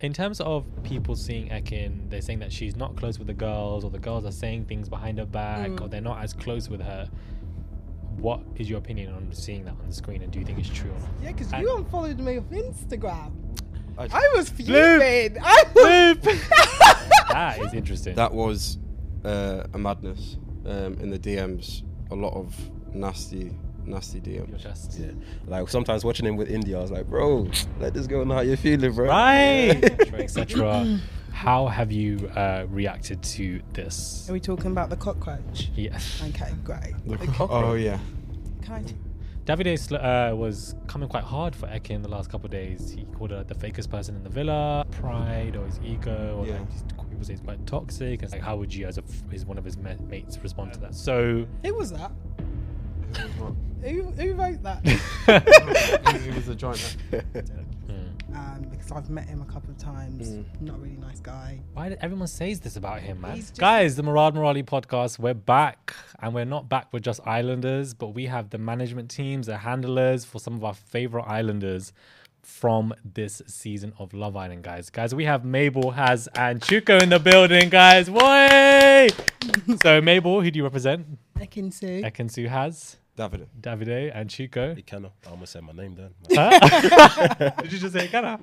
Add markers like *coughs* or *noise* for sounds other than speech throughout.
In terms of people seeing Ekin, they're saying that she's not close with the girls, or the girls are saying things behind her back, Mm. or they're not as close with her. What is your opinion on seeing that on the screen, and do you think it's true? Or not? Yeah, because I- you unfollowed me off Instagram. I- I was fuming. I was. *laughs* That is interesting. That was uh, a madness um, in the DMs. A lot of nasty, nasty You're DMs. just Yeah. Like sometimes *laughs* watching him with India, I was like, bro, let this go. Know how you're feeling, bro. right, *laughs* etc. *laughs* *laughs* How have you uh, reacted to this? Are we talking about the cockroach? Yes, Okay, great. Oh yeah. Kind Davide sl- uh, was coming quite hard for Ekin in the last couple of days. He called her the fakest person in the villa, pride or his ego, or Yeah. like, he's- people say he's quite toxic. It's like, how would you, as a f- as one of his ma- mates, respond to that? So, Who was that? Who, who wrote that? *laughs* it was a joint. um, because I've met him a couple of times. Mm. Not a really nice guy. why did everyone says this about him, man? He's just- Guys, the Murad Morali podcast, we're back, and we're not back with just Islanders, but we have the management teams, the handlers for some of our favorite Islanders from this season of Love Island, guys. Guys, we have Mabel, Has, and Chuko in the building, guys. Way! so, Mabel, who do you represent? I can see. Ekansu Has, David. Davide, and Chuko. Kenna. I almost said my name then. *laughs* *laughs* Did you just say Kana?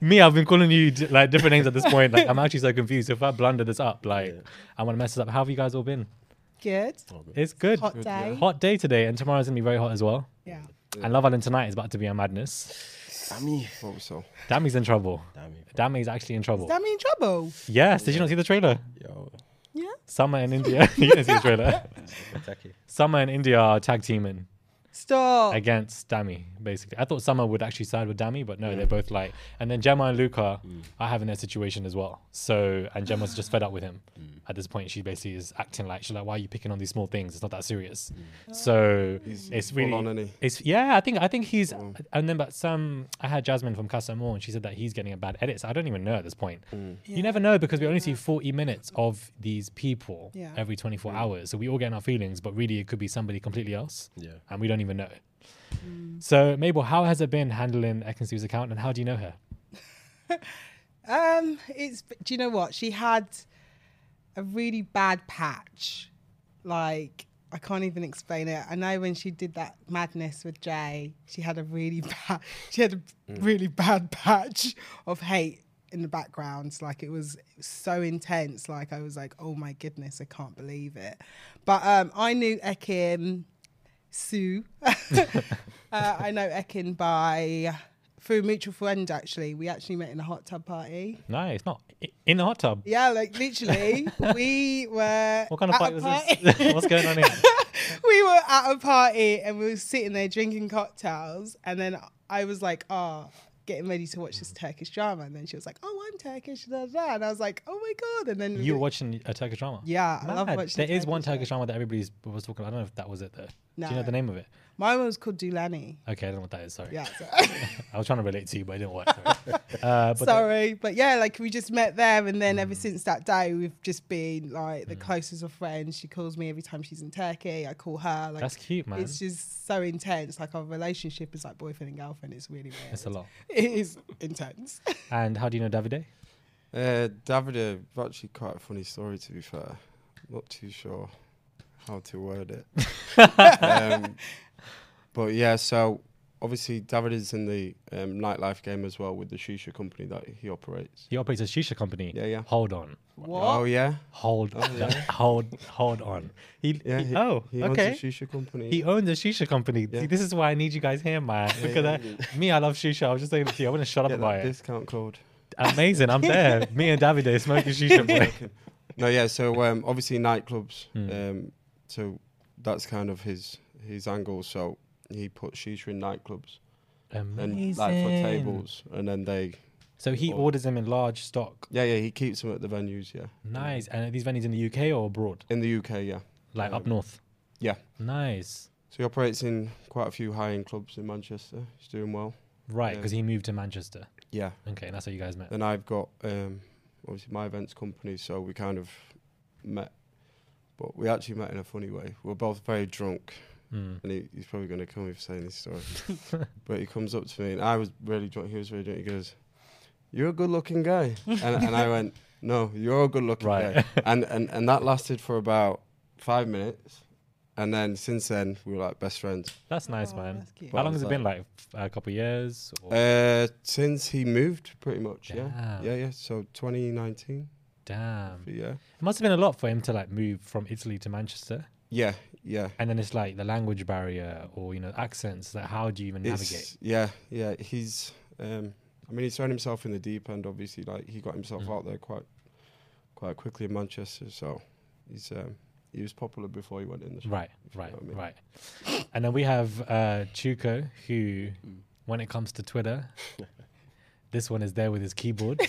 Me, I've been calling you d- like different names at this point. Like, I'm actually so confused. If I blunder this up, like, I'm gonna mess this up. How have you guys all been? Good. It's good. Hot day. Hot day today, and tomorrow's gonna be very hot as well. Yeah. And Love Island tonight is about to be a madness. Hope so. Dammy's in trouble. Dammy's actually in trouble. Damn me in trouble. yes. Did you not see the trailer? Yo, Yeah. Summer in India. *laughs* you didn't see the trailer. techie. Summer and India are tag teaming. Stop. against Dami, basically. I thought Summer would actually side with Dami, but no, they're both like. And then Gemma and Luca are having their situation as well. So, and Gemma's just fed up with him. At this point, she basically is acting like she's like, "Why are you picking on these small things? It's not that serious." So it's really, on, isn't he? it's yeah. I think I think he's. And then, but some I had Jasmine from Casa Amor, and she said that he's getting a bad edit. So I don't even know at this point. You never know because we only see forty minutes of these people Yeah. every twenty four hours. So we all get in our feelings, but really it could be somebody completely else Yeah. and we don't even know. Mm. So, Mabel, how has it been handling Ekansu's account and how do you know her? Um, it's do you know what? She had a really bad patch. Like I can't even explain it. I know when she did that madness with Jay, she had a really *laughs* bad she had a really bad patch of hate in the background. Like it was so intense. Like I was like, oh my goodness, I can't believe it. But um I knew Ekim Sue. *laughs* uh, I know Ekin by through a mutual friend actually. We actually met in a hot tub party. No, it's not I- in the hot tub. Yeah, like literally, *laughs* we were. What kind of at fight a was party- this? *laughs* What's going *laughs* on here? we were at a party and we were sitting there drinking cocktails, and then I was like, "Oh, getting ready to watch this Turkish drama," and then she was like, "Oh, I'm Turkish," da, da, da. and I was like, "Oh my god!" And then You were watching a Turkish drama. Yeah, I love Mad. watching There is one Turkish Turkish drama that everybody's was talking. about. I don't know if that was it though. Do you know No. the name of it? my one was called Dulani. Okay, I don't know what that is. Sorry. Yeah, so- *laughs* I was trying to relate to you, but it didn't work. *laughs* Sorry. uh, but the- sorry, but yeah, like we just met there, and then Mm. ever since that day, we've just been like the closest of friends. She calls me every time she's in Turkey. I call her. Like that's cute, man. It's just so intense. Like our relationship is like boyfriend and girlfriend. It's really weird. It's a lot. *laughs* It is intense. And how do you know Davide? Uh, Davide, actually quite a funny story to be fair. Not too sure *laughs* how to word it. um, but yeah, so obviously David is in the um, nightlife game as well with the shisha company that he operates. He operates a shisha company. Yeah, yeah. Hold on. What? Oh yeah, Hold *laughs* hold hold on. He, yeah. he- oh, he okay. owns a shisha company. He owns a shisha company. See, this is why I need you guys here, man. because I, me, I love shisha. I was just saying to you, I want to shut up Get about that it. discount code. Amazing. I'm *laughs* there. me and Davide smoking shisha, boy. Hmm. No, yeah. So um, obviously nightclubs. Um, so that's kind of his his angle. So he puts shisha in nightclubs Amazing. and like for tables, and then they So he orders them in large stock. yeah yeah he keeps them at the venues. Yeah, Nice. And are these venues in the UK or abroad? in the UK. Yeah, Um, Like up north? yeah. Nice. So he operates in quite a few high end clubs in Manchester. He's doing well. Right, because he moved to Manchester. Yeah. Okay, and that's how you guys met. Then I've got um, obviously my events company, so we kind of met, but we actually met in a funny way. We were both very drunk, Hmm. and he, he's probably going to kill me for saying this story. *laughs* but he comes up to me, and I was really drunk. He was really drunk. He goes, "You're a good-looking guy," and, and I went, "No, you're a good-looking Right. guy," and, and and that lasted for about five minutes. And then since then, we were like best friends. That's nice, man. Oh, that's cute. How long has it been? Like f- a couple of years? Or? Uh, since he moved, pretty much, yeah, Damn. yeah, yeah. So 2019, Damn. It yeah. must have been a lot for him to like move from Italy to Manchester. Yeah, yeah. And then it's like the language barrier or, you know, accents. Like, how do you even It's- navigate? yeah, yeah. He's, um, I mean, he's thrown himself in the deep end. Obviously, like he got himself Mm. out there quite, quite quickly in Manchester. So, he's um, he was popular before he went in the shop. Right, right, what I mean. right. And then we have uh, Chuko, who, Hmm. when it comes to Twitter, *laughs* this one is there with his keyboard,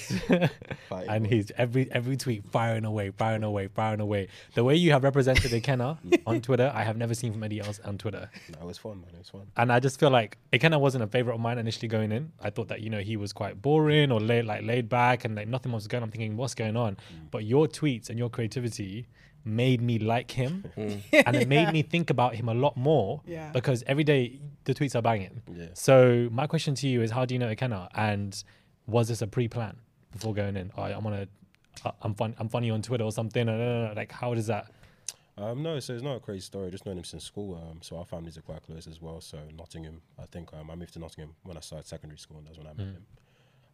and he's every every tweet firing away, firing away, firing away. The way you have represented *laughs* Ikenna on Twitter, I have never seen from anybody else on Twitter. No, it was fun, man. It was fun. And I just feel like Ikenna wasn't a favorite of mine initially going in. I thought that you know he was quite boring or laid like laid back and like nothing was going. on. I'm thinking what's going on, Mm. but your tweets and your creativity made me *laughs* like him, Mm. *laughs* and it made me think about him a lot more. Yeah. Because every day the tweets are banging. Yeah. So my question to you is, how do you know Ikenna? And was this a pre-plan before going in? Oh, I'm gonna, uh, I'm fun, I'm funny on Twitter or something. uh, uh, uh, Like how does that? Um, no, so it's not a crazy story. Just known him since school. Um, so our families are quite close as well. So Nottingham, I think um, I moved to Nottingham when I started secondary school, and that's when I met him.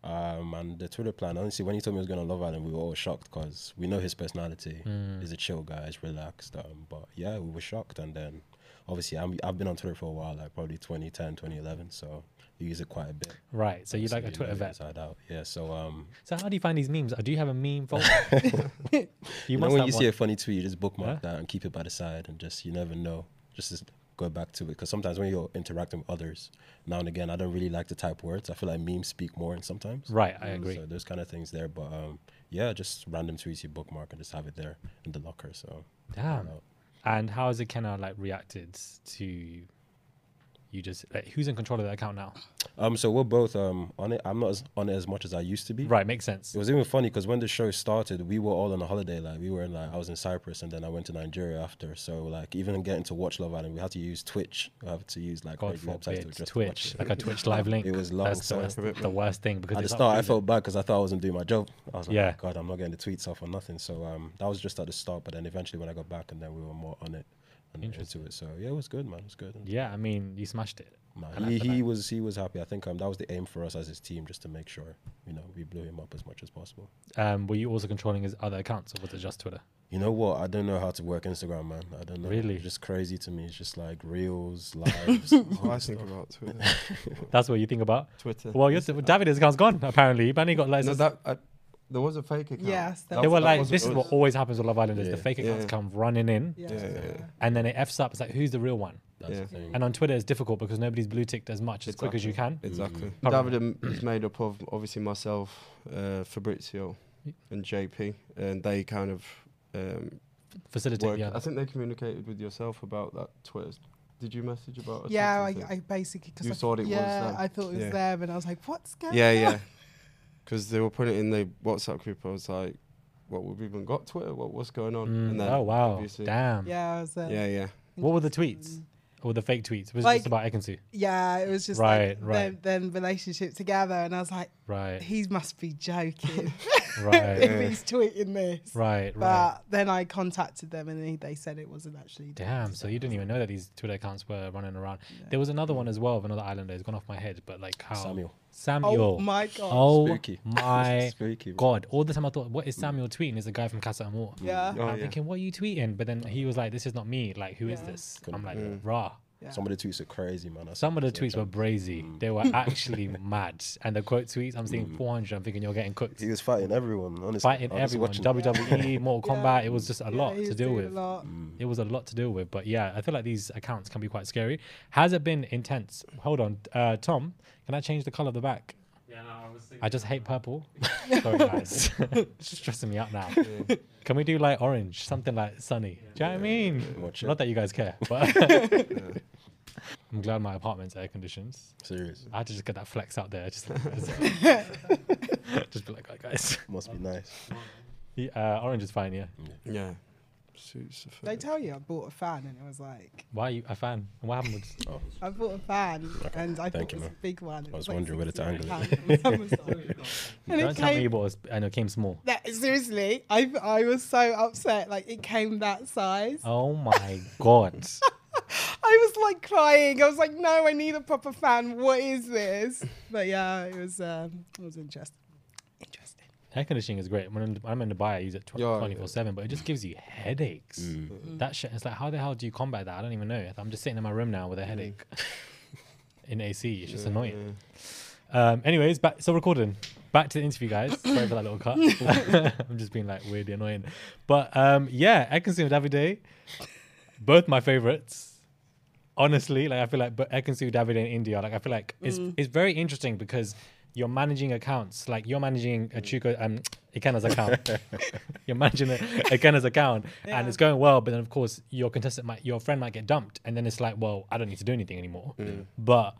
Um, and the Twitter plan, honestly, when he told me he was going to Love Island, we were all shocked because we know his personality. Mm. He's a chill guy, he's relaxed. Um, but yeah, we were shocked. And then obviously, I'm, I've been on Twitter for a while, like probably 2010, 2011. So we use it quite a bit. Right. So you like So a you Twitter know it vet. inside out. Yeah, so um, So how do you find these memes? Uh, Do you have a *laughs* meme folder? *laughs* You know must when have you one. see a funny tweet, you just bookmark that and keep it by the side, and just you never know. Just, just go back to it because sometimes when you're interacting with others, now and again, I don't really like to type words. I feel like memes speak more, and sometimes Right, I agree. So those kind of things there, but um, yeah, just random tweets you bookmark and just have it there in the locker. So Damn. know. And how has Ikenna like reacted to you? Just like, who's in control of that account now? um, so we're both um on it. I'm not as on it as much as I used to be. Right, makes sense. It was even funny because when the show started, we were all on a holiday. Like we were in like I was in Cyprus and then I went to Nigeria after. So like even getting to watch Love Island, we had to use Twitch. We had to use like God crazy websites forbid, to just watch Twitch, it. like a Twitch live *laughs* link. It was long, That's, the- so- that's the worst thing because At the it's start, I uploaded. felt bad because I thought I wasn't doing my job. I was like, Yeah. yeah. God, I'm not getting the tweets off or nothing. So um, that was just at the start. But then eventually, when I got back, and then we were more on it and into it. So yeah, it was good, man. It was good. Yeah, I mean, you smashed it. Nah, And he after that- he was he was happy. I think um, that was the aim for us as his team, just to make sure you know we blew him up as much as possible. Um, were you also controlling his other accounts, or was it just Twitter? You know what? I don't know how to work Instagram, man. I don't know. Really? It's just crazy to me. It's just like *laughs* reels, lives. That's what I think *laughs* about Twitter. That's what you think about. Twitter. Well, your David's account's gone apparently. You've only got like no, this- that I, there was a fake account. Yes, That there they was- were that like, wasn't this is what us. always happens with Love Island. Is the Yeah. fake accounts Yeah. come running in, Yeah. Yeah, yeah, yeah. and then it f's up. It's like, who's the real one? That's the thing. And on Twitter, it's difficult because nobody's blue ticked as much as quick as you can. Mm-hmm. Exactly. Probably. David am- is made up of obviously myself, uh, Fabrizio, and JP, and they kind of um, Facilitate work. the I other. think they communicated with yourself about that Twitter. Did you message about? us or Yeah, I, something? I basically because You I, thought it was yeah, them. I thought it was Yeah. them, and I was like, "What's going Yeah, on?" *laughs* yeah. Because they were putting it in the WhatsApp group. I was like, "What? We've even got Twitter. What? What's going on?" Mm, and then oh wow! obviously- Damn. yeah. I was, uh, Yeah, yeah. What were the Oh. tweets? Or the fake tweets? Was it Like- just about Ekansu? Yeah, it was just Right, like right. Them, them relationship together, and I was like, Right. "He must be joking." *laughs* *laughs* Right. if he's tweeting this. Right, right. But then I contacted them and they- they said it wasn't actually. Damn, so you didn't even know that these Twitter accounts were running around. There was another Mm. one as well of another islander. It's gone off my head, but like how Samuel. Samuel. Oh my God. Oh *laughs* Spooky. my Spooky, bro. god! All the time I thought, what is Samuel tweeting? Is a guy from Casa Amor? Yeah. And I'm thinking, what are you tweeting? But then he was like, this is not me. Like, who is this? I'm like, rah. Some of the tweets are crazy, man. I saw Some of the this on tweets were brazy. Mm. They were actually *laughs* mad. And the quote tweets, I'm seeing 400. I'm thinking you're getting cooked. He was fighting everyone, honestly. Fighting Mm. I was everyone. watching. *laughs* WWE, Mortal Kombat. It was just a lot he's to deal doing a with. lot. Mm. It was a lot to deal with. But yeah, I feel like these accounts can be quite scary. Has it been intense? Hold on. Uh, Tom, can I change the color of the back? Yeah, no, I was thinking. I just *laughs* hate purple. Sorry, guys. *laughs* it's just stressing me out now. *laughs* Can we do like orange, something like sunny? Do you know what I mean? Watch Not it. that you guys care, *laughs* but I'm glad my apartment's air conditioned. Serious. I had to just get that flex out *laughs* there. Just, just be like, "Alright, guys. Must be nice. Yeah, uh, orange is fine, yeah. Yeah. Suits the They fit. tell you I bought a fan and it was like Why are you a fan? And What happened? Was, I bought a fan and I Oh. Thank thought it you, was man. a big one. It was like wondering whether to 60 *laughs* angle pounds on Amazon. and don't it tell me you came. bought a sp- and it came small. That, seriously, I I was so upset. Like it came that size. Oh my god. I was like crying. I was like, no, I need a proper fan. What is this? But yeah, it was um, it was interesting. Interesting. Air conditioning is great. When I'm, I'm in Dubai, I use it Yeah, yeah. 24 7, but it just gives you headaches. That shit, it's like, how the hell do you combat that? I don't even know. I'm just sitting in my room now with a headache *laughs* in AC. It's just annoying. Um, anyways, back, so recording. Back to the interview, guys. *coughs* Sorry for that little cut. *laughs* I'm just being like weirdly annoying. But um, yeah, Ekansu and Davide, both my favorites honestly, like I feel like but Ekansu Davide in India, like I feel like it's it's very interesting because you're managing accounts, like you're managing a Chuko um Ikana's account. *laughs* you're managing a, Ikana's account and it's going well, but then of course your contestant might your friend might get dumped and then it's like, well, I don't need to do anything anymore. But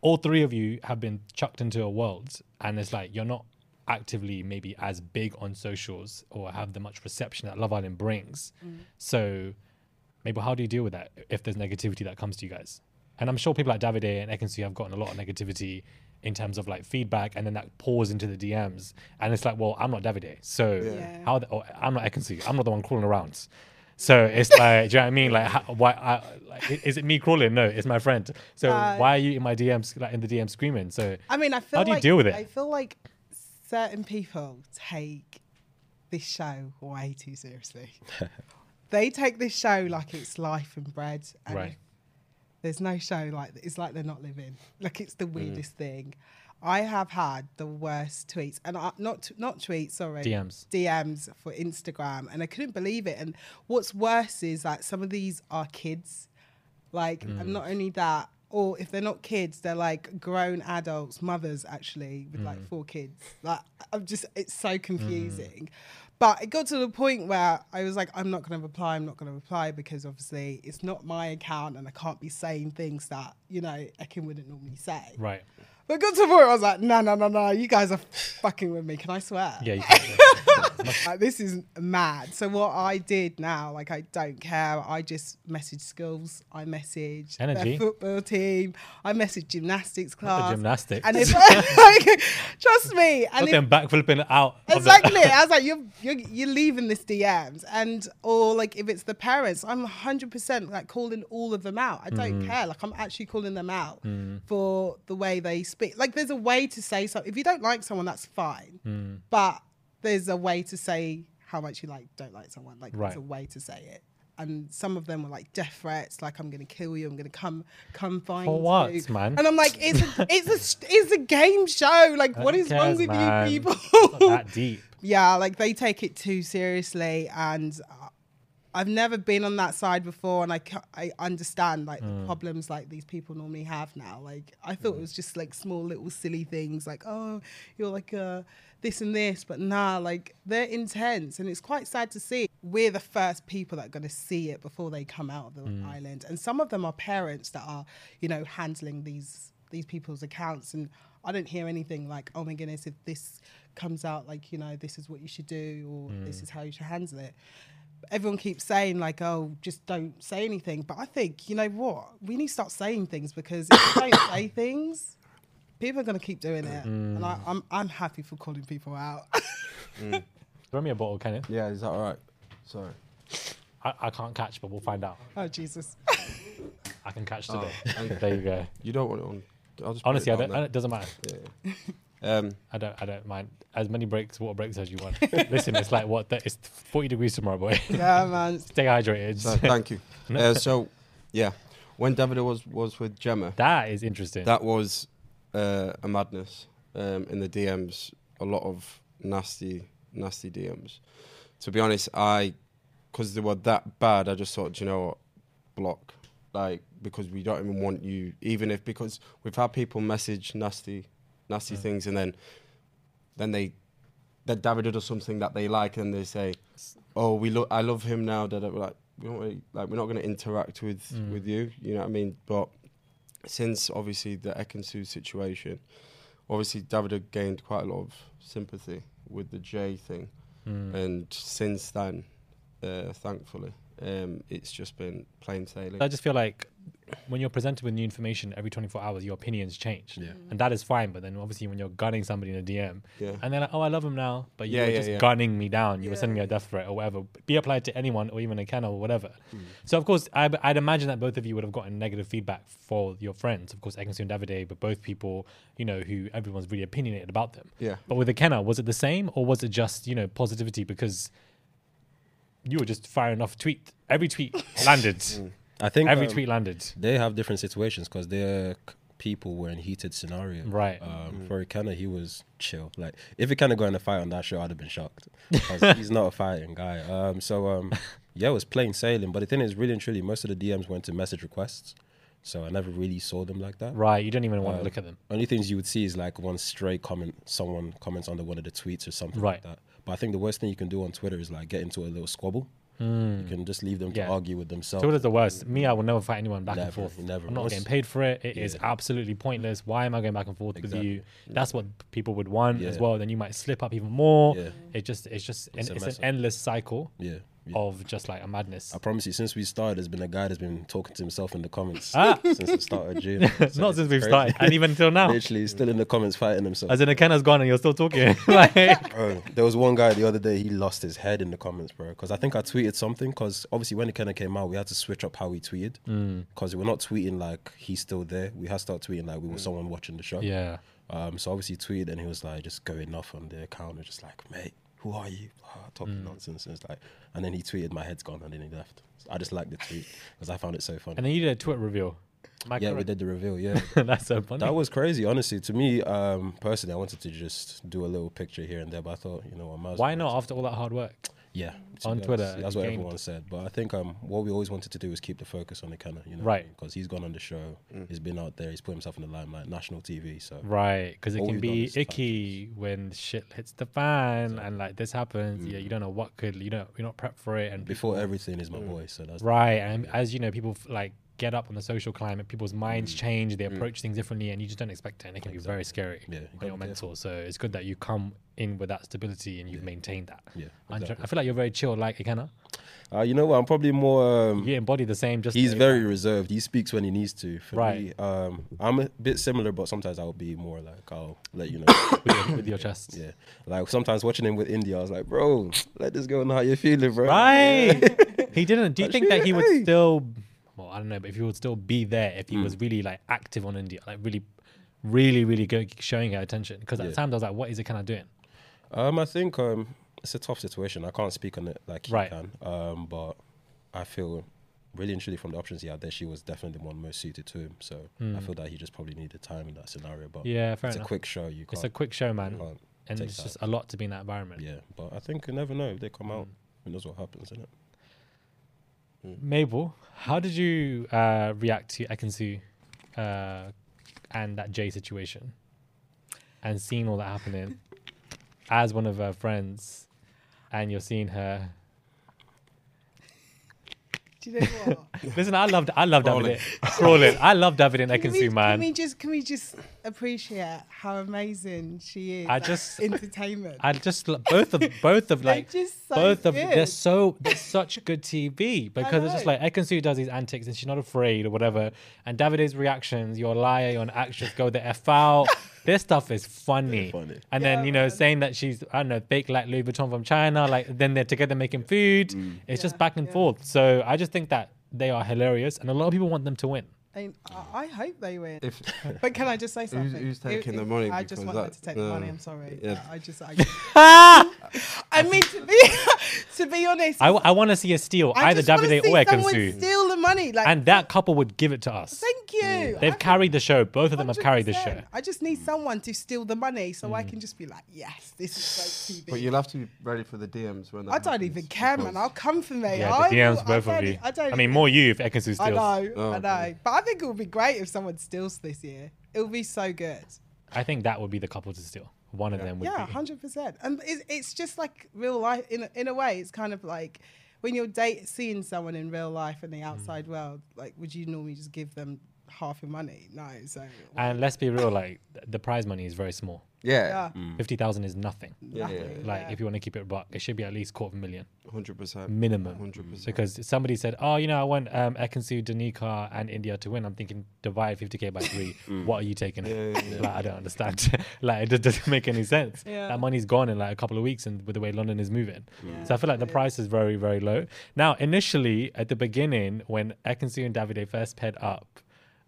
all three of you have been chucked into a world and it's like you're not actively maybe as big on socials or have the much reception that Love Island brings. So maybe how do you deal with that if there's negativity that comes to you guys? And I'm sure people like Davide and Ekansu have gotten a lot of negativity in terms of like feedback and then that pours into the DMs. And it's like, well, I'm not Davide. So Yeah. how, the, or I'm not Ekansu. I'm not the one crawling around. So it's like, *laughs* do you know what I mean? Like, how, why? I, like, i- is it me crawling? No, it's my friend. So why are you in my DMs, like in the DM screaming? So Uh, I mean, I feel how do you like, deal with it? I feel like certain people take this show way too *laughs* seriously. they take this show like it's life and bread, and right. there's no show like it's like they're not living. *laughs* Like it's the Mm. weirdest thing. I have had the worst tweets, and I, not not tweets, sorry, DMs. DMs for Instagram, and I couldn't believe it. And what's worse is that some of these are kids, like, Mm. and not only that, or if they're not kids, they're like grown adults, mothers actually, with like four kids. Like, I'm just, it's so confusing. But it got to the point where I was like, I'm not going to reply, I'm not going to reply because obviously it's not my account and I can't be saying things that, you know, Ekin wouldn't normally say. *laughs* Right. But it got to the point where I was like, no, no, no, no, you guys are fucking with me. Can I swear? Yeah. You can, like, this is mad. So what I did now, like I don't care. I just message schools. I message Energy. their football team. I message gymnastics class. gymnastics. And *laughs* if *laughs* like, trust me, and Not if them back flipping out. of *laughs* the- *laughs* Exactly. I was like, you're, you're you're leaving this DMs, and or like if it's the parents, I'm 100 percent like calling all of them out. I Mm-hmm. don't care. Like I'm actually calling them out Mm. for the way they speak. Like there's a way to say something. If you don't like someone, that's fine. But there's a way to say how much you like don't like someone. Like Right. there's a way to say it. And some of them were like death threats, like I'm gonna kill you, I'm gonna come, come find For what, you. man? And I'm like, it's a, it's a, it's a game show. Like, what Who is wrong cares, with man? you It's not people? that deep. yeah, like they take it too seriously, and uh, I've never been on that side before, and I ca- I understand like the problems like these people normally have now. Like I thought it was just like small little silly things, like oh you're like uh, this and this, but nah, like they're intense, and it's quite sad to see. We're the first people that are going to see it before they come out of the island, and some of them are parents that are you know handling these these people's accounts and I don't hear anything like, oh my goodness, if this comes out, like, you know, this is what you should do or Mm. this is how you should handle it. Everyone keeps saying, like, oh, just don't say anything. But I think, you know what? We need to start saying things because if we don't *coughs* say Mm. things, people are going to keep doing it. And I, I'm, I'm happy for calling people out. *laughs* Mm. Throw me a bottle, Kenneth. Yeah, is that all right? Sorry. I, I can't catch, but we'll find out. Oh Jesus. I can catch today. and- *laughs* there you go. Oh, You don't want it on. I'll just put Honestly, I it down don't, I don't- it doesn't matter. *laughs* there. Um, I don't. I don't mind as many breaks, water breaks as you want. *laughs* Listen, it's like what? That, it's forty degrees tomorrow, boy. *laughs* Yeah, man. *laughs* Stay hydrated. *laughs* so thank you. Uh, so, yeah, when Davida was was with Gemma, that is interesting. that was uh, a madness um, in the DMs. A lot of nasty, nasty DMs. To be honest, I because they were that bad, I just thought, "Do you know what, block. Like because we don't even want you. Even if because we've had people message nasty, nasty Mm. things, and then then they that David does something that they like, and they say, "Oh, we lo- I love him now." That like we don't really, like we're not going to interact with Mm. with you. You know what I mean? But since obviously the Ekansu situation, obviously David gained quite a lot of sympathy with the J thing, Mm. and since then, uh, thankfully, um, it's just been plain sailing. I just feel like when you're presented with new information every 24 hours, your opinions change. Yeah. And that is fine. But then obviously, when you're gunning somebody in a DM, Yeah. and they're like, oh, I love him now, but you Yeah, were yeah, just yeah. gunning me down. You were sending me a death threat or whatever. Be applied to anyone or even a can or whatever. Hmm. So, of course, I, I'd imagine that both of you would have gotten negative feedback for your friends. Of course, Ekansu and Davide, but both people, you know, who everyone's really opinionated about them. Yeah. But with a Kenna, was it the same or was it just, you know, positivity because you were just firing off a tweet? Every tweet *laughs* landed. I think Every um, tweet landed. they have different situations because their c- people were in heated scenario. Right. Um, For Ikana, he was chill. Like if Ikana got in a fight on that show, I'd have been shocked. *laughs* 'Cause he's not a fighting guy. Um, so um, yeah, it was plain sailing. But the thing is, really and truly, most of the DMs went to message requests. So I never really saw them like that. Um, Right, you don't even want to look at them. Only things you would see is like one stray comment, someone comments under one of the tweets or something Right. like that. But I think the worst thing you can do on Twitter is like get into a little squabble. Hmm. You can just leave them Yeah. to argue with themselves. Twitter's the worst. Me, I will never fight anyone back and Never, forth. never. I'm not Once- getting paid for it. It is absolutely pointless. Why am I going back and forth with you? That's what people would want as Yeah. well. Then you might slip up even more. Yeah. It just, it's just, an- a it's, mess an up. endless cycle Yeah. yeah. of just like a madness. I promise you, since we started, there's been a guy that's been talking to himself in the comments Ah. since the start of *laughs* June. So not it's since we've crazy. started, and even till *laughs* now. Literally, he's still in the comments fighting himself. As in, a can has gone and you're still talking. *laughs* like, Bro, there was one guy the other day, he lost his head in the comments, bro. Because I think I tweeted something. Because obviously, when it kind of came out, we had to switch up how we tweeted. Mm. Because we're not tweeting like he's still there. We had to start tweeting like we were someone watching the show. Mm. yeah. Um, so obviously, he tweeted and he was like just going off on the account and just like, mate, who are you? Ah, talking Mm. nonsense. And it's like, and then he tweeted, my head's gone, and then he left. I just liked the tweet because I found it so funny. And then you did a Twitter reveal. Am I yeah, we correct? did the reveal. Yeah, *laughs* That's so funny. that was crazy. Honestly, to me um, personally, I wanted to just do a little picture here and there, but I thought, you know, what, I might as Why well not after all that hard work? yeah, to On be honest, Twitter, That's what gained- everyone said. But I think um, what we always wanted to do is keep the focus on the Ikenna, you know, Right. Because he's gone on the show, he's been out there, he's put himself in the limelight, national TV. So Right, because it All can we've done be is fight icky when shit hits the fan and like this happens. Yeah, you don't know what could you know you're not prepped for it. And Mm. before everything is my boy. So that's right, and as you know, people f- like get up on the social climate. People's Mm. minds change, they approach things differently, and you just don't expect it. And it can be very scary Yeah, you on gotta your be mental. So it's good that you come in with that stability and you've maintained that. Yeah, I'm tr- I feel like you're very chill, like Ikena. Uh, you know what? I'm probably more. Um, You embody the same. Just He's like- very reserved. He speaks when he needs to. For Right. me, um, I'm a bit similar, but sometimes I'll be more like I'll let you know. *coughs* with your, with your chest. Yeah. Like sometimes watching him with India, I was like, bro, let this go know how you're feeling, bro. Right. he didn't. Do you think that he would Hey. Mm. still? Well, I don't know, but if he would still be there, if he was really like active on India, like really, really, really go, showing her attention, because at times I was like, "What is it? Can I do it?" Um, I think um, it's a tough situation. I can't speak on it like he Right. can. Um, but I feel really and truly from the options he had there, she was definitely the one most suited to him. So I feel that he just probably needed time in that scenario. But Hmm. Yeah, fair it's enough. a quick show. You can't. It's a quick show, man, can't and take it's that. just a lot to be in that environment. Hmm. yeah, but I think you never know if they come out. Who knows what happens, innit? Mabel, how did you uh, react to Ekansu uh, and that Jay situation, and seeing all that happening as one of her friends, and you're seeing her Do *laughs* you know what? Listen, I loved I love David. Crawling. I love David and Can we- Ekansu, man. Can we just can we just appreciate how amazing she is. I at *laughs* just- entertainment. I just lo- both *laughs* of both of like just so both of they're good. so they're such good TV because it's just know. like Ekansu does these antics and she's not afraid or whatever, and Davide's reactions, you're a liar, you're an actress, go the f *laughs* out. this stuff is funny. Funny. And then you know saying that she's I don't know baked like Louis Vuitton from China, like then they're together making food. Mm. It's just back and forth. So I just think that they are hilarious, and a lot of people want them to win. And I, I hope they win. If *laughs* but can I just say something? who's It- taking the it- money? I just Because want her that- to take the money. no. I'm sorry. Yeah. I, I just. *laughs* I, *laughs* I mean, to be *laughs* to be honest, I, want to see a steal, I either just wanna Davide see or someone Ekansu, steal the money. Like, and that couple would give it to us. thank you. They've I- carried the show. Both of them have carried the show. 100%. I just need someone to steal the money so Mm. I can just be like, yes, this *sighs* is great but TV. you'll have to be ready for the DMs when that I don't even care, man. I'll come for me. Yeah, I the will- DMs, both I of don't e- you. I don't. I mean, more you if Ekansu steals. I know, Oh, I know. But I think it would be great if someone steals this year. It would be so good. I think that would be the couple to steal. One of them would Yeah, be. hundred percent. And it's, it's just like real life. In a, in a way, it's kind of like when you're date seeing someone in real life Mm. in the outside world. Like, would you normally just give them half your money? No. So And let's be real, like th- the prize money is very small. Yeah, Fifty thousand is nothing. yeah, Mm. yeah, Like if you want to keep it buck, it should be at least quarter of a million hundred percent. minimum. 100%. Because somebody said, "Oh, you know, I want um, Ekansu, Danica, and India to win." I'm thinking, divide fifty k by three. What are you taking? it? Like I don't understand. *laughs* like it just doesn't make any sense. That money's gone in like a couple of weeks, and with the way London is moving, so I feel like the price is very, very low. Now, initially at the beginning, when Ekansu and Davide first paired up,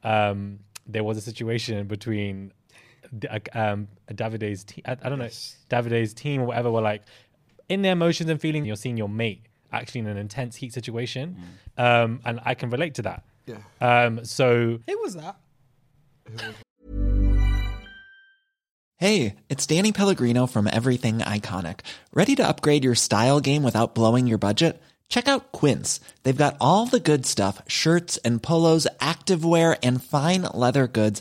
um, there was a situation between D- uh, um, Davide's team. I, I don't know Davide's team or whatever were like in their emotions and feelings. You're seeing your mate actually in an intense heat situation, um, and I can relate to that. Mm. Yeah. Um, so who was that? Hey, it's Danny Pellegrino from Everything Iconic. Ready to upgrade your style game without blowing your budget? Check out Quince. They've got all the good stuff shirts and polos, activewear, and fine leather goods,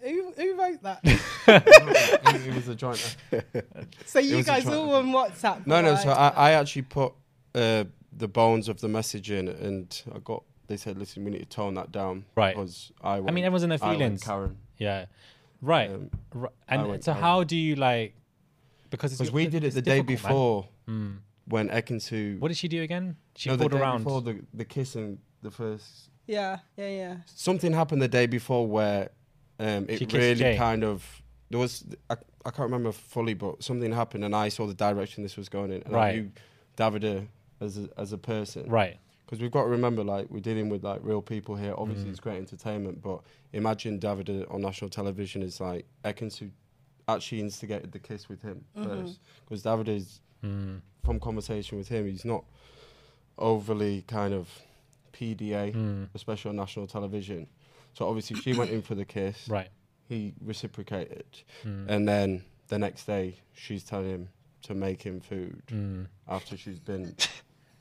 Who, who wrote that? *laughs* it was a joint. *laughs* So you was a guys try- all on WhatsApp? No, no. right? So I, I actually put uh, the bones of the message in, and I got. They said, "Listen, we need to tone that down." Right. Because I. Went, I mean, everyone's in their I went feelings. Karen. yeah, right. Ri- and Um, went so, Karen. how do you like? Because it's Because your- we did it it's the day difficult, man. before when Ekansu. What did she do again? She no, the pulled day around. before the the kissing. The first yeah, yeah, yeah. something happened the day before where um, She kissed it really Jay. kind of there was I, I can't remember fully, but something happened, and I saw the direction this was going in, and Right. I knew Davide as a, as a person, Right. Mm. Because we've got to remember, like, we're dealing with like real people here. Obviously, it's great entertainment, but imagine Davide on national television is like Ekansu actually instigated the kiss with him first. Because Davide's from conversation with him, he's not overly kind of PDA, especially on national television. So obviously, she went in for the *clears throat* kiss. Right. Mm. He reciprocated, and then the next day, she's telling him to make him food after she's been. *laughs*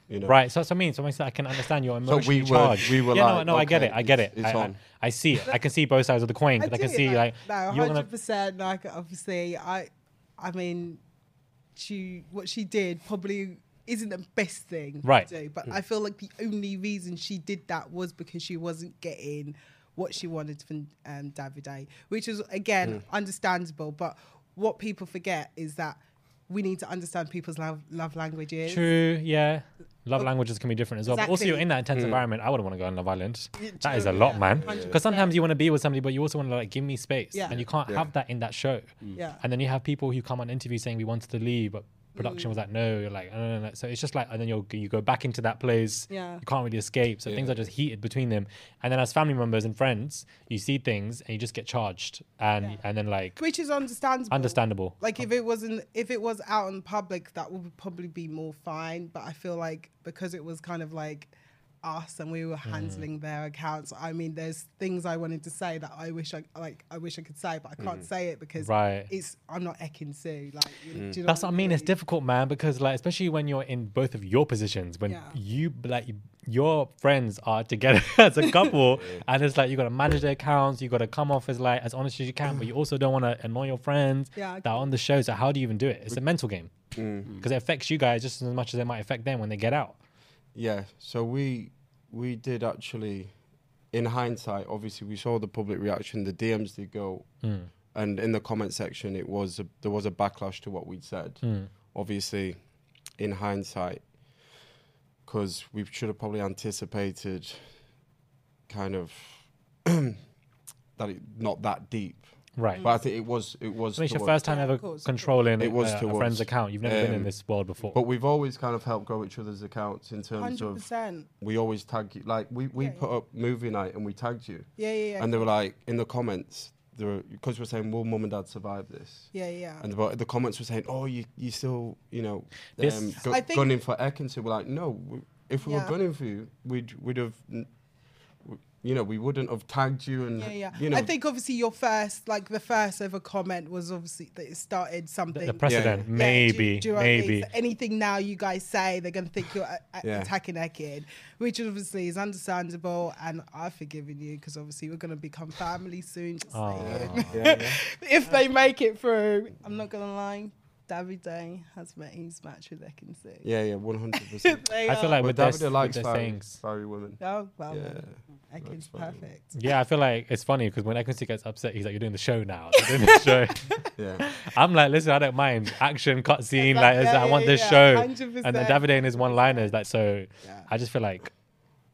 You know, Mm. Right, so that's what I mean. So I mean, so I can understand your So emotional we were- charge. we were yeah, like, no, no, I get okay, it, I get it. it's- I, it's I- on. I see it. I can see both sides of *laughs* the coin. 'cause I, can do, see like, no, you're hundred gonna, percent. Like obviously, I, I mean, she what she did probably isn't the best thing Right. to do. But I feel like the only reason she did that was because she wasn't getting what she wanted from um, Davide, which is again Hmm. understandable. But what people forget is that we need to understand people's love, love languages. True, yeah. Love languages can be different as well. But also, Exactly. you're in that intense environment. I wouldn't want to go on Love Island. That is a lot, man. Because sometimes you want to be with somebody, but you also want to like give me space, Yeah. Mm. and you can't have that in that show. Yeah. And then you have people who come on interview saying we wanted to leave, but production Mm. was like, no. You're like, no, no, no. So it's just like, and then you you go back into that place. Yeah. You can't really escape. So things are just heated between them. And then as family members and friends, you see things and you just get charged, and and then like Which is understandable. understandable. Like if it wasn't if it was out in public, that would probably be more fine. But I feel like because it was kind of like us and we were Hmm. handling their accounts. I mean, there's things I wanted to say that I wish I like I wish I could say, but I can't say it because Hmm. Right. Hmm. it's I'm not Ekin Sue. Like you- do you know That's what I mean. It's difficult, man, because like especially when you're in both of your positions, when Yeah. you like your friends are together *laughs* as a couple, and it's like you gotta manage their accounts, you gotta come off as like as honest as you can, but you also don't want to annoy your friends Yeah, I that are on the show. So how do you even do it? It's a mental game because it affects you guys just as much as it might affect them when they get out. Yeah, so we we did actually, in hindsight, obviously we saw the public reaction. The DMs did go, Mm. and in the comment section, it was a, there was a backlash to what we'd said. Mm. Obviously, in hindsight, because we should have probably anticipated, kind of, *clears throat* that it not that deep. Right. But I think it was it was. So it's your towards- first time ever course, of course. controlling It was uh, a towards- friend's account. You've never been in um, this world before. But we've always kind of helped grow each other's accounts in terms hundred of percent. we always tag you. Like we, we put up movie night and we tagged you. Yeah, yeah, yeah. And they were like in the comments, because we're saying, will mum and dad survive this? Yeah, yeah. And the, the comments were saying, oh, you you still you know This- um, gu- I think- gunning for Ekinson. We're like, no, we, if we Yeah. were gunning for you, we'd we'd have. n- w- You know, we wouldn't have tagged you, and Yeah, yeah. you know, I think obviously your first, like the first ever comment was obviously that it started something. the precedent, Yeah, Yeah, maybe, do- do you know what I mean? maybe. So anything now you guys say, they're going to think you're a- a- Yeah. attacking their kid, which obviously is understandable. And I've forgiven you because obviously we're going to become family soon. Just saying. *laughs* if they make it through, I'm not going to lie. Davide has met his match with Ekinsu. yeah, yeah, one hundred *laughs* percent. They I are- feel like But with, this, David likes with their Barry, things. Barry women. Oh, well, Yeah. Ekin's fine. perfect. Yeah, I feel like it's funny because when Equincy gets upset, he's like, "You're doing the show now. You're *laughs* doing the show." Yeah, I'm like, "Listen, I don't mind action cutscene. Like, it's yeah, like, I want yeah, this yeah, show." 100%. And then Davide and his one-liners, like, so I just feel like,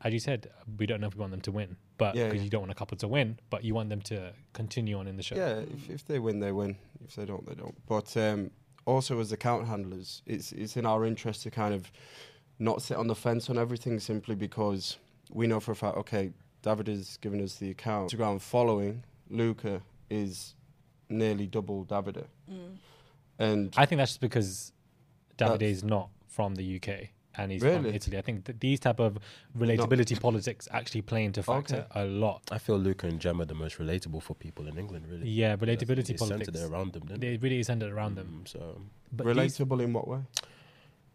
as you said, we don't know if we want them to win, but Yeah, because yeah. you don't want a couple to win, but you want them to continue on in the show. Yeah, if, if they win, they win. If they don't, they don't. But um, also as account handlers, it's it's in our interest to kind of not sit on the fence on everything simply because we know for a fact, okay, David has given us the account. Instagram following Luca is nearly double Davide. And I think that's just because Davide That's- is not from the UK and he's from Really? Italy. I think th- these type of relatability politics actually play into factor a lot. I feel Luca and Gemma are the most relatable for people in England, really. Yeah, That's- relatability it's centered politics. around them, then. They really centered around them. So But these- relatable in what way?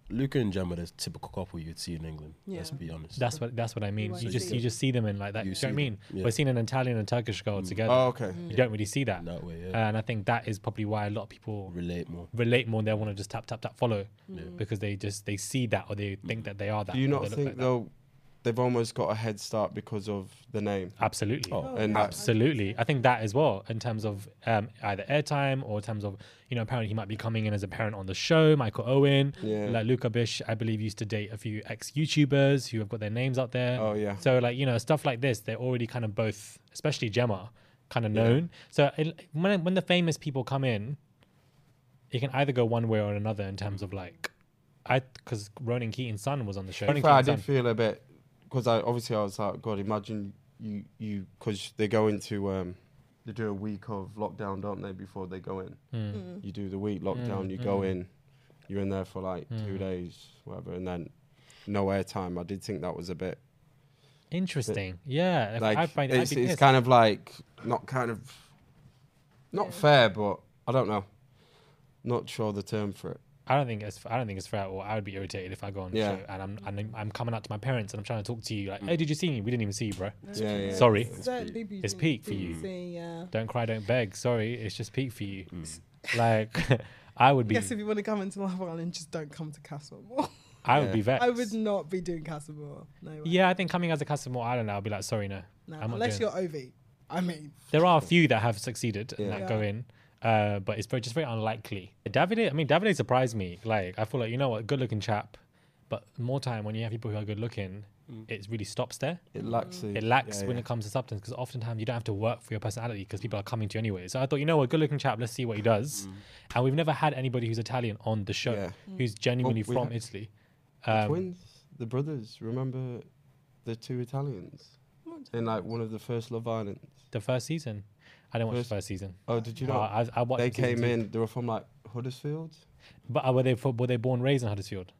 Luca and Gemma are the typical couple you'd see in England. Let's Yeah. be honest. That's what that's what I mean. You see just them. you just see them in like that. You You, know see what I them, mean? yeah. We're seeing an Italian and Turkish girl together. Oh, okay. You don't really see that. that way. Yeah. And I think that is probably why a lot of people Relate more. relate more. and They want to just tap tap tap follow because they just they see that or they think that they are that. Do you or not they look think like that. though they've almost got a head start because of the name? Absolutely. Oh. and that, Absolutely. I think that as well, in terms of um, either airtime or in terms of, you know, apparently he might be coming in as a parent on the show, Michael Owen. Yeah. Like Luca Bish, I believe, used to date a few ex YouTubers who have got their names out there. Oh, yeah. So, like, you know, stuff like this, they're already kind of both, especially Gemma, kind of known. So, it, when, when the famous people come in, it can either go one way or another in terms of like, I because Ronan Keating's son was on the show. Ronan fair, I Keating's did son. feel a bit because I obviously I was like, God, imagine you you because they go into um, they do a week of lockdown, don't they? Before they go in, Hmm. you do the week lockdown, you go in, you're in there for like Hmm. two days, whatever, and then no airtime. I did think that was a bit Interesting. Yeah. if like I find it's, I'd be it's pissed. kind of like not kind of not fair, but I don't know, not sure the term for it. I don't think it's I don't think it's fair at all. I would be irritated if I go on the Yeah. Mm. show and I'm and I'm- I'm coming out to my parents and I'm trying to talk to you like, hey, did you see me? We didn't even see you, bro. Yeah, yeah. Sorry, It's peak for you. Yeah. don't cry, don't beg. Sorry, it's just peak for you. Mm. Like, *laughs* I would be. Guess if you want to come into Love Island, just don't come to Castle Moore. *laughs* I would be vexed. I would not be doing Casamore. No way. Yeah, I think coming as a customer, I don't know. I'll be like, sorry, no. No, I'm not unless doing you're OV. I mean, there are a few that have succeeded and that Yeah. go in, uh, but it's very, just very unlikely. Davide, I mean, Davide surprised me. Like, I feel like you know what, good looking chap, but more time when you have people who are good looking, it really stops there. It lacks. The, It lacks yeah, when yeah. it comes to substance because oftentimes you don't have to work for your personality because people are coming to you anyway. So I thought, you know what, good looking chap, let's see what he does. And we've never had anybody who's Italian on the show Yeah. who's genuinely we from had- Italy. The Um, twins, the brothers. Remember, the two Italians in like one of the first Love Islands. the first season. I didn't watch First- the first season. Oh, did you Uh, know? I, I watched they the season came two. in. They were from like Huddersfield. But uh, were they fro- were they born raised in Huddersfield?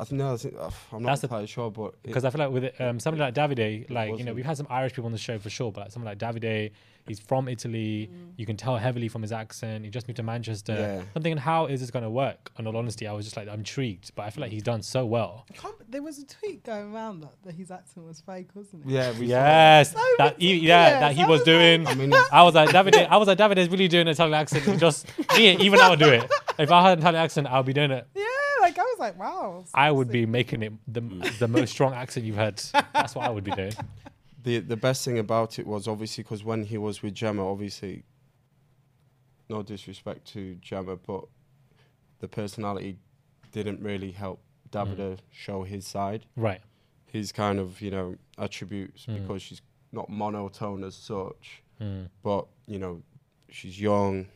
I think no, I think, uh, I'm not That's the- entirely sure, but it- Because I feel like with um, somebody like Davide, like you know, wasn't. we've had some Irish people on the show for sure, but like someone like Davide, he's from Italy. You can tell heavily from his accent. He just moved to Manchester. Yeah. I'm thinking, how is this going to work? In all honesty, I was just like I'm intrigued, but I feel like he's done so well. I can't, there was a tweet going around that, that his accent was fake, wasn't it? yeah, we saw that. Yes, that he, yeah, that he I was was doing. I, I mean, was like Davide. I was like Davide's really doing an Italian accent. and Just me, even I would do it. If I had an Italian accent, I'd be doing it. Yeah, like I was like, wow. I would be making it the Mm. the most *laughs* strong accent you've had. That's what I would be doing. the the best thing about it was obviously because when he was with Gemma, obviously, no disrespect to Gemma, but the personality didn't really help Davide show his side, Mm. Right. Mm. his kind of you know attributes because she's not monotone as such, but you know she's young,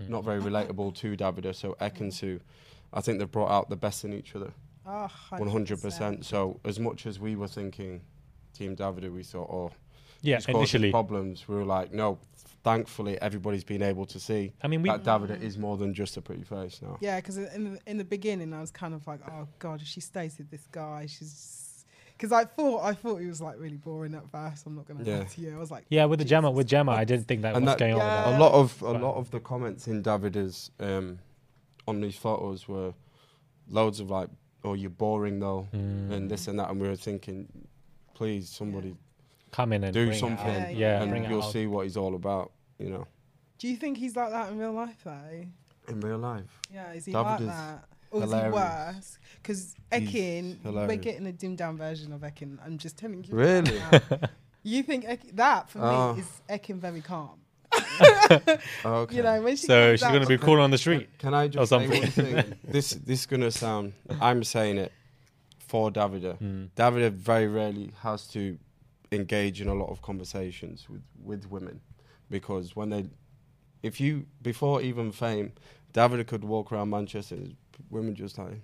Mm. not very relatable to Davide. So Ekansu, I think they brought out the best in each other. Oh, One hundred percent. So as much as we were thinking, Team Davide, we thought, oh, Yeah, he's causing initially. problems. We were like, no. Thankfully, everybody's been able to see. I mean, we- that Davide is more than just a pretty face now. Yeah, because in the, in the beginning, I was kind of like, oh god, if she stays with this guy, she's because I thought I thought he was like really boring at first. I'm not gonna Yeah. lie to you. I was like, Yeah, with the Gemma, with Jesus. Gemma, I didn't think that And was that- going on. with that. A lot of um, a lot of the comments in Davide's um, on these photos were loads of like, "Oh, you're boring though," Mm. and this and that. And we were thinking, please, somebody Come in and do bring it something, out. Yeah, Yeah, yeah, bring it and you'll out. see what he's all about. You know, Do you think he's like that in real life though? in real life. Yeah, is he David like is that? Or hilarious. is he worse? Because Ekin, we're hilarious. getting a dimmed down version of Ekin. I'm just telling you. Really? now. you think Ekin, that for Oh. me is Ekin very *laughs* calm. Okay. You know when she So comes *laughs* she's out- gonna be cool on the street. Can I just say one something. *laughs* thing? this this is gonna sound. I'm saying it for Davida. Hmm. Davida very rarely has to engage in a lot of conversations with with women because when they, if you before even fame, Davida could walk around Manchester. Women just like,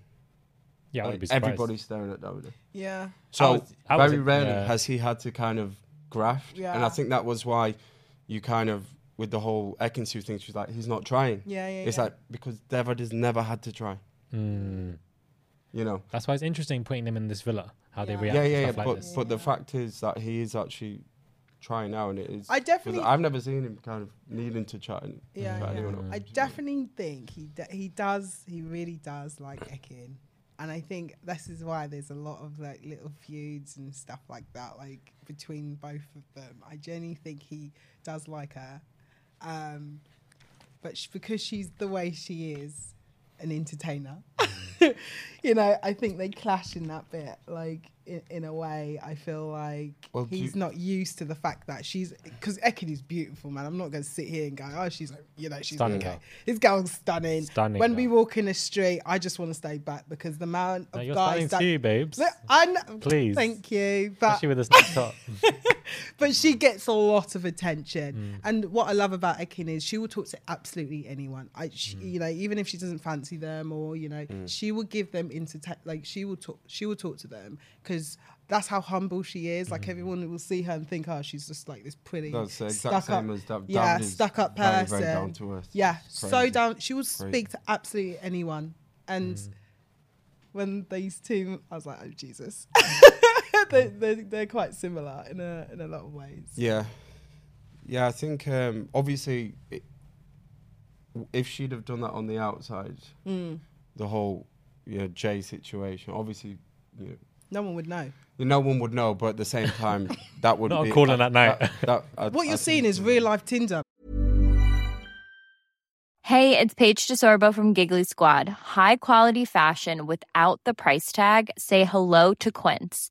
Yeah, I would like, be surprised. everybody's staring at Davida. Yeah. So was- I was- very rarely yeah. has he had to kind of graft, and Yeah. I think that was why you kind of with the whole Ekinsu thing. She's like, he's not trying. Yeah, yeah, It's yeah. like because David has never had to try. You know. mm, That's why it's interesting putting them in this villa, how they Yeah. react. Yeah, yeah, to yeah. stuff like but this. but the fact is that he is actually trying now, and it is. I 'cause definitely- I've never seen him kind of needing to chat. And, Yeah, chat yeah. anyone up. I definitely think he d he does he really does like Ekin, and I think this is why there's a lot of like little feuds and stuff like that like between both of them. I genuinely think he does like her, um, but sh- because she's the way she is, an entertainer, *laughs* you know, I think they clash in that bit. Like in, in a way, I feel like Well, do he's you- not used to the fact that she's because Ekin is beautiful, man. I'm not going to sit here and go, oh, she's like, you know, she's Stunning. okay. This girl's stunning. Stunning When we girl. walk in the street, I just want to stay back because the amount No, of you're guys starting that. too, babes. Look, I kn- Please. Thank you. But Especially with this laptop. but she gets a lot of attention. Mm. And what I love about Ekin is she will talk to absolutely anyone. I, she, Mm. you know, even if she doesn't fancy them or you know, she will give them into like she will talk. She will talk to them because that's how humble she is. Like everyone will see her and think, oh, she's just like this pretty Mm. That's the stuck exact same up, as Dav- yeah, Davide's stuck up very, person, very down to earth. yeah, It's so crazy. down. She will speak to absolutely anyone and. Mm. When these two, I was like, "Oh Jesus!" *laughs* Mm. they, they're, they're quite similar in a in a lot of ways. Yeah, yeah. I think um, obviously, i if she'd have done that on the outside, Mm. the whole you know Jay situation, obviously, you know, No one would *laughs* know. no one would know. But at the same *laughs* time, that would Not a be, *laughs* call on that night. that- I- What I you're think- seeing is real life Tinder. Hey, it's Paige DeSorbo from Giggly Squad. High quality fashion without the price tag. Say hello to Quince.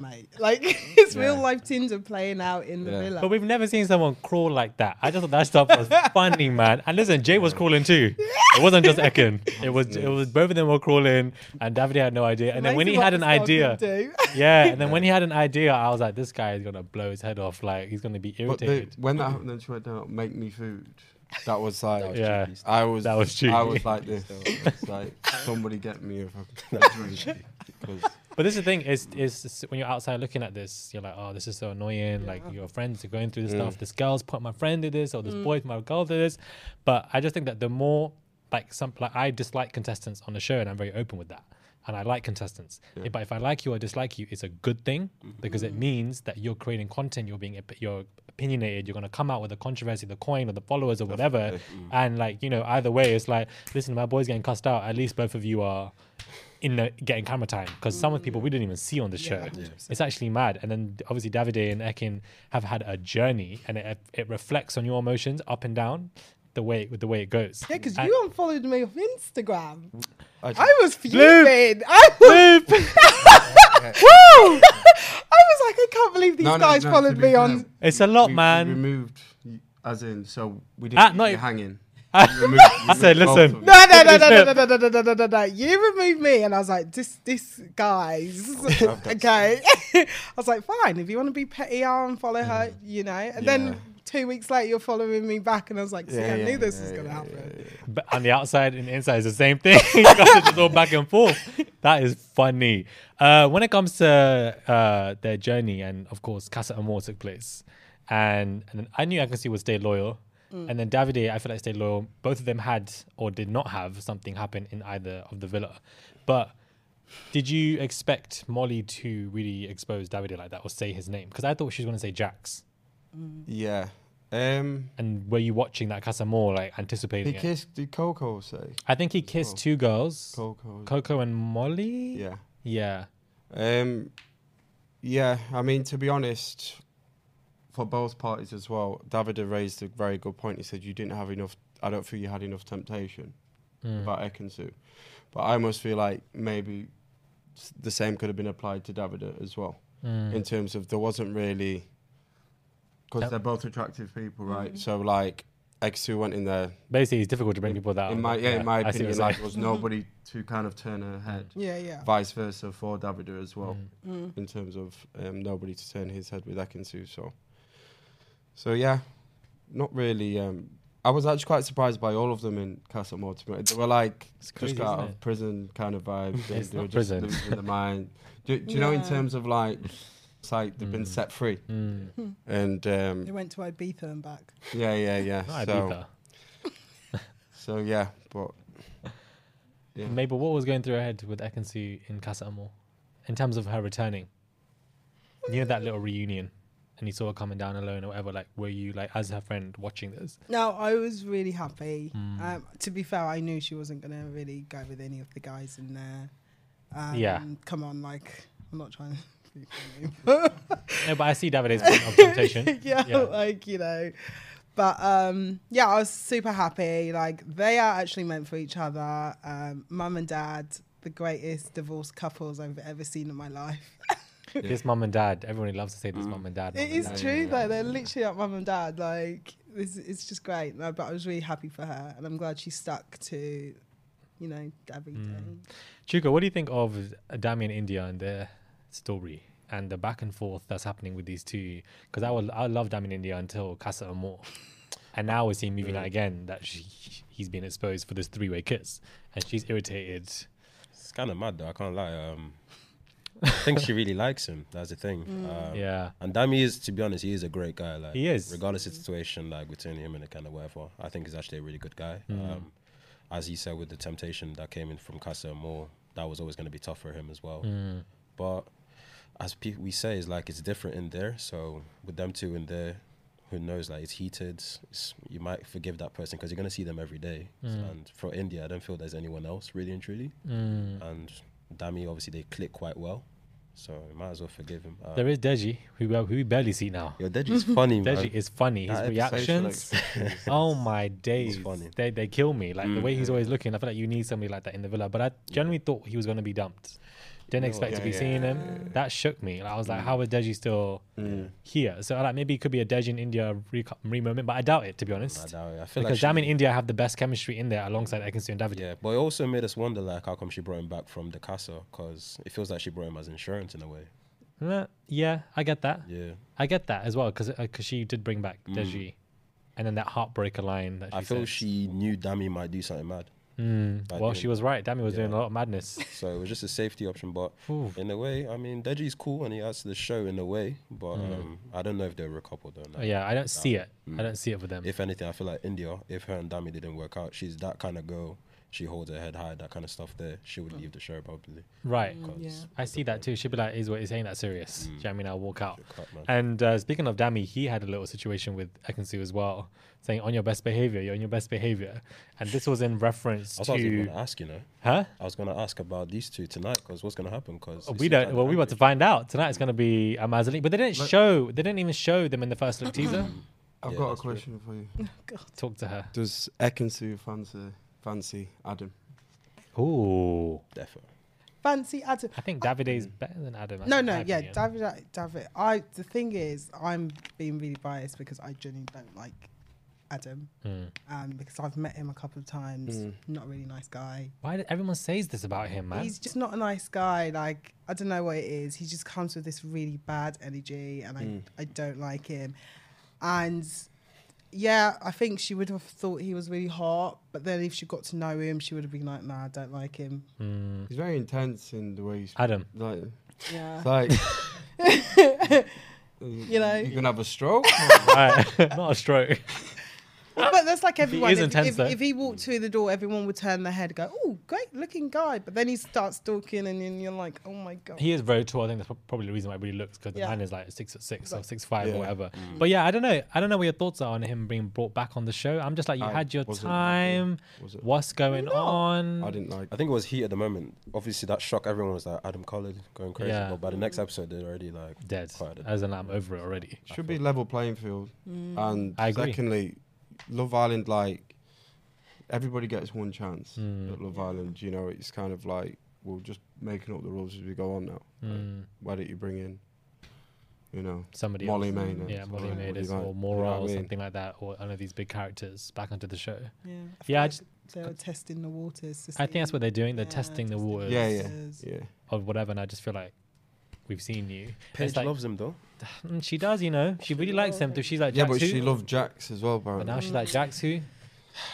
mate. Like it's real Yeah. life Tinder playing out in the villa. But we've never seen someone crawl like that. I just thought that stuff *laughs* was funny, man. And listen, Jay was crawling too. It wasn't just Ekin. It was it was both of them were crawling, and Davide had no idea. And then when Amazing he what had this an dog can idea, do. yeah. And then when he had an idea, I was like, this guy is gonna blow his head off. Like he's gonna be But they, irritated. when that happened, then she went down, make me food. That was like, was Yeah. cheeky I was, That was I cheeky. *laughs* was like this, It's like somebody get me a fucking drink because But this is the thing is is when you're outside looking at this, you're like, oh, this is so annoying. Like your friends are going through this stuff. This girl's put my friend did this, or this boy, my girl did this. But I just think that the more like some like I dislike contestants on the show, and I'm very open with that. And I like contestants. If- But if I like you or dislike you, it's a good thing because it means that you're creating content. You're being op- you're opinionated. You're gonna come out with the controversy, the coin, or the followers, or whatever. And like you know, either way, it's like, listen, my boy's getting cussed out. At least both of you are in the, getting camera time because some of the people we didn't even see on the show. It's actually mad. And then obviously Davide and Ekin have had a journey, and it, it reflects on your emotions up and down the way the way it goes. Yeah, because And- you unfollowed me on Instagram. I, I was fuming. *laughs* I was. *laughs* Woo! *laughs* I was like, I can't believe these No, no, guys no, to followed be me fair, on. It's a lot, we- man. We removed, as in, so we didn't Ah, leave no, you it- hanging. Ah. We removed- *laughs* we I said, removed both listen. *laughs* of you. No, no, no, no, no, no, no, no, no, no, no, no, no. You removed me, and I was like, this, this *laughs* guys, *laughs* okay. *laughs* I was like, fine, if you want to be petty, I'll unfollow her, you know. And then two weeks later, you're following me back, and I was like, see, Yeah, I yeah, knew this yeah, was gonna yeah, happen. But on the outside and the inside is the same thing. *laughs* you guys are just all back and forth. That is funny. Uh, when it comes to uh, their journey, and of course, Casa Amor took place, and and then I knew Agassi would stay loyal, and then Davide, I feel like stayed loyal. Both of them had or did not have something happen in either of the villa, but. Did you expect Molly to really expose Davide like that or say his name? Because I thought she was going to say Jax. Mm. Yeah. Um, And were you watching that Casa Amor, like anticipating he it? kissed, did Coco say? I think he kissed two girls, Coco. Coco and Molly. Yeah. Yeah. Um, yeah, I mean, to be honest, for both parties as well, Davide raised a very good point. He said, You didn't have enough, I don't feel you had enough temptation Mm. about Ekansu. But I must feel like maybe s- the same could have been applied to Davide as well, Mm. in terms of there wasn't really, because they're both attractive people, right? So, like, Ekansu went in there. Mm. Basically, it's difficult to bring people that. In my, yeah, in my I see what opinion, you're like, there saying. was nobody to kind of turn her head Yeah, yeah. Mm. vice versa for Davido as well, Mm. in terms of um, nobody to turn his head with Ekinsu. So, so yeah, not really. Um, I I was actually quite surprised by all of them in Castle Mortimer. They were like crazy, just got isn't out it? of prison kind of vibes. *laughs* They- It's they were not just prison. losing their mind. Do, do you know in Yeah. terms of like, it's like they've been Mm. set free, Hmm. and um, They went to Ibiza and back. yeah, yeah, yeah. Not so, Ibiza. *laughs* so yeah, but Yeah. Mabel, what was going through her head with Ekansu in Casa Amor in terms of her returning? You know that little reunion and you saw her coming down alone or whatever. Like, were you, like, as her friend watching this? No, I was really happy. Um, to be fair, I knew she wasn't going to really go with any of the guys in there. Um, Yeah. Come on, like, I'm not trying to be *laughs* funny. but- No, but I see Davide's point *laughs* of temptation. yeah, Yeah. like, you know. But um, yeah, I was super happy. Like, they are actually meant for each other. Um, Mum and dad, the greatest divorced couples I've ever seen in my life. *laughs* This mum and dad, everyone loves to say this mum and dad. mum It and is dad. true, though. They're literally like mum and dad. Like, this, it's just great. No, but I was really happy for her, and I'm glad she stuck to, you know, Mm. everything. Chuka, what do you think of Damien India and their story and the back and forth that's happening with these two? Because I will, I love Damien India until Casa Amor, and now we see him Mm. moving out again that she, he's been exposed for this three way kiss, and she's irritated. It's kind of mad though. I can't lie. Um, I think she really likes him. That's the thing. Um, Yeah. And Dami is, to be honest, he is a great guy. Like He is. regardless of the situation, like between him and the kind of whatever, I think he's actually a really good guy. Mm. Um, as he said, with the temptation that came in from Casa Moore, that was always going to be tough for him as well. Mm. But as pe- we say, it's like it's different in there. So with them two in there, who knows? Like it's heated. It's, you might forgive that person because you're going to see them every day. Mm. And for India, I don't feel there's anyone else really and truly. Mm. And Dami, obviously, they click quite well. So you might as well forgive him. Uh, There is Deji, who, we- who we barely see now. Yo, Deji's funny, man. *laughs* Deji is funny. His That episode reactions, *laughs* *laughs* oh my days, funny. they they kill me. Like the way he's always looking, I feel like you need somebody like that in the villa. But I generally thought he was gonna be dumped. Didn't expect to be seeing him. That shook me. Like, I was like, Mm. how is Deji still here? So like maybe it could be a Deji in India re- moment, but I doubt it to be honest. I doubt it. I feel like because Jam in she- India have the best chemistry in there alongside Ekinsu and David. Yeah, but it also made us wonder, like, how come she brought him back from the casa? Because it feels like she brought him as insurance in a way. Yeah, Uh, yeah I get that. Yeah. Mm. I get that as well because she did bring back Deji, and then that heartbreaker line that she I feel said. she knew Dami might do something mad. Like, Mm. well, you she know, was right. Dami was doing a lot of madness. *laughs* So it was just a safety option. But in a way, I mean, Deji's cool and he adds to the show in a way. But um, I don't know if they're recoupled or Oh, not. Mm. yeah, I don't see it. I don't see it for them. Mm. If anything, I feel like India, if her and Dami didn't work out, she's that kind of girl. She holds her head high, that kind of stuff there. She Hmm. would leave the show probably. right. 'cause I see that too. She'd be like, is what is saying that serious? Do you know what I mean? I'll walk out. cut, Mm. man. and uh, speaking of Dami, he had a little situation with Ekansu as well, saying, on your best behavior, you're on your best behavior. And this was in reference *laughs* I was actually going to. to ask, you know. Huh? Oh, I was going to ask about these two tonight because what's going to happen? Because We don't. Well, we about to find out tonight. It's going to be a Mazali, but they didn't show. They didn't even show them in the first look teaser. *clears throat* I've got a question *laughs* for you. Oh, Talk to her. Does Ekansu fancy fancy Adam? Ooh, Definitely. Fancy Adam. I think Davide Hmm. is better than Adam. No, in no, my yeah, opinion. David, David. I the thing is, I'm being really biased because I genuinely don't like Adam, Hmm. um, because I've met him a couple of times. Not a really nice guy. Why did everyone says this about him, Hmm. man? He's just not a nice guy. Like I don't know what it is. He just comes with this really bad energy, and I Hmm. I don't like him. And yeah, I think she would have thought he was really hot, but then if she got to know him, she would have been like, "Nah, I don't like him." He's very intense in the way he's Adam. Like, Mm. Yeah, it's like *laughs* you know. you're gonna have *laughs* a stroke. Not a stroke. but that's like everyone. is if, intense, if- though. Hmm. if he walked through the door, everyone would turn their head, and go, "Oh, great looking guy," but then he starts talking, and then you're like, "Oh my god." He is very tall. I think that's prob- probably the reason why he really looks because the Yeah. man is like six foot six or six five or whatever. Mm. But yeah, I don't know. I don't know what your thoughts are on him being brought back on the show. I'm just like, you had your wasn't time. What's going on? I didn't like. I think it was heat at the moment. Obviously, that shock. Everyone was like Adam Collard going crazy. Yeah. But by the next episode, they're already like Dead. quite a- As in, I'm over it already. Should be level playing field. Mm. And I agree. secondly, Love Island, like everybody gets one chance Mm. at Love Island. You know, it's kind of like we're just making up the rules as we go on now. Like, why don't you bring in, you know, Mm. Somebody Molly else. Maynard? Yeah, Molly like, Maynard you like- or you Mora know what I or mean? something like that, or one of these big characters back onto the show. Yeah, Yeah, I like just- they were testing the waters. to I think see- that's what they're doing. They're Yeah, testing the testing waters Yeah, yeah, Yes. yeah. of whatever, and I just feel like we've seen you. And Paige it's like, loves him though. mm, she does, you know. She really likes him. Though she's like, Yeah, Jax but who? she loved Jax as well, apparently. But now she's like, Jax who?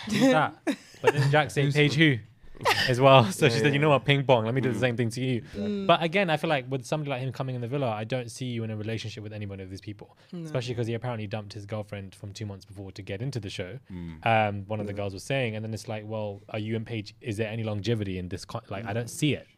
Who's that? But then Jack said, page who? *laughs* As well. So she said, you know what, ping pong, let me do the same thing to you. Mm. But again, I feel like with somebody like him coming in the villa, I don't see you in a relationship with any one of these people. No. Especially because he apparently dumped his girlfriend from two months before to get into the show. Mm. Um, one of the girls was saying, and then it's like, well, are you and Paige, is there any longevity in this? Con- like, I don't see it.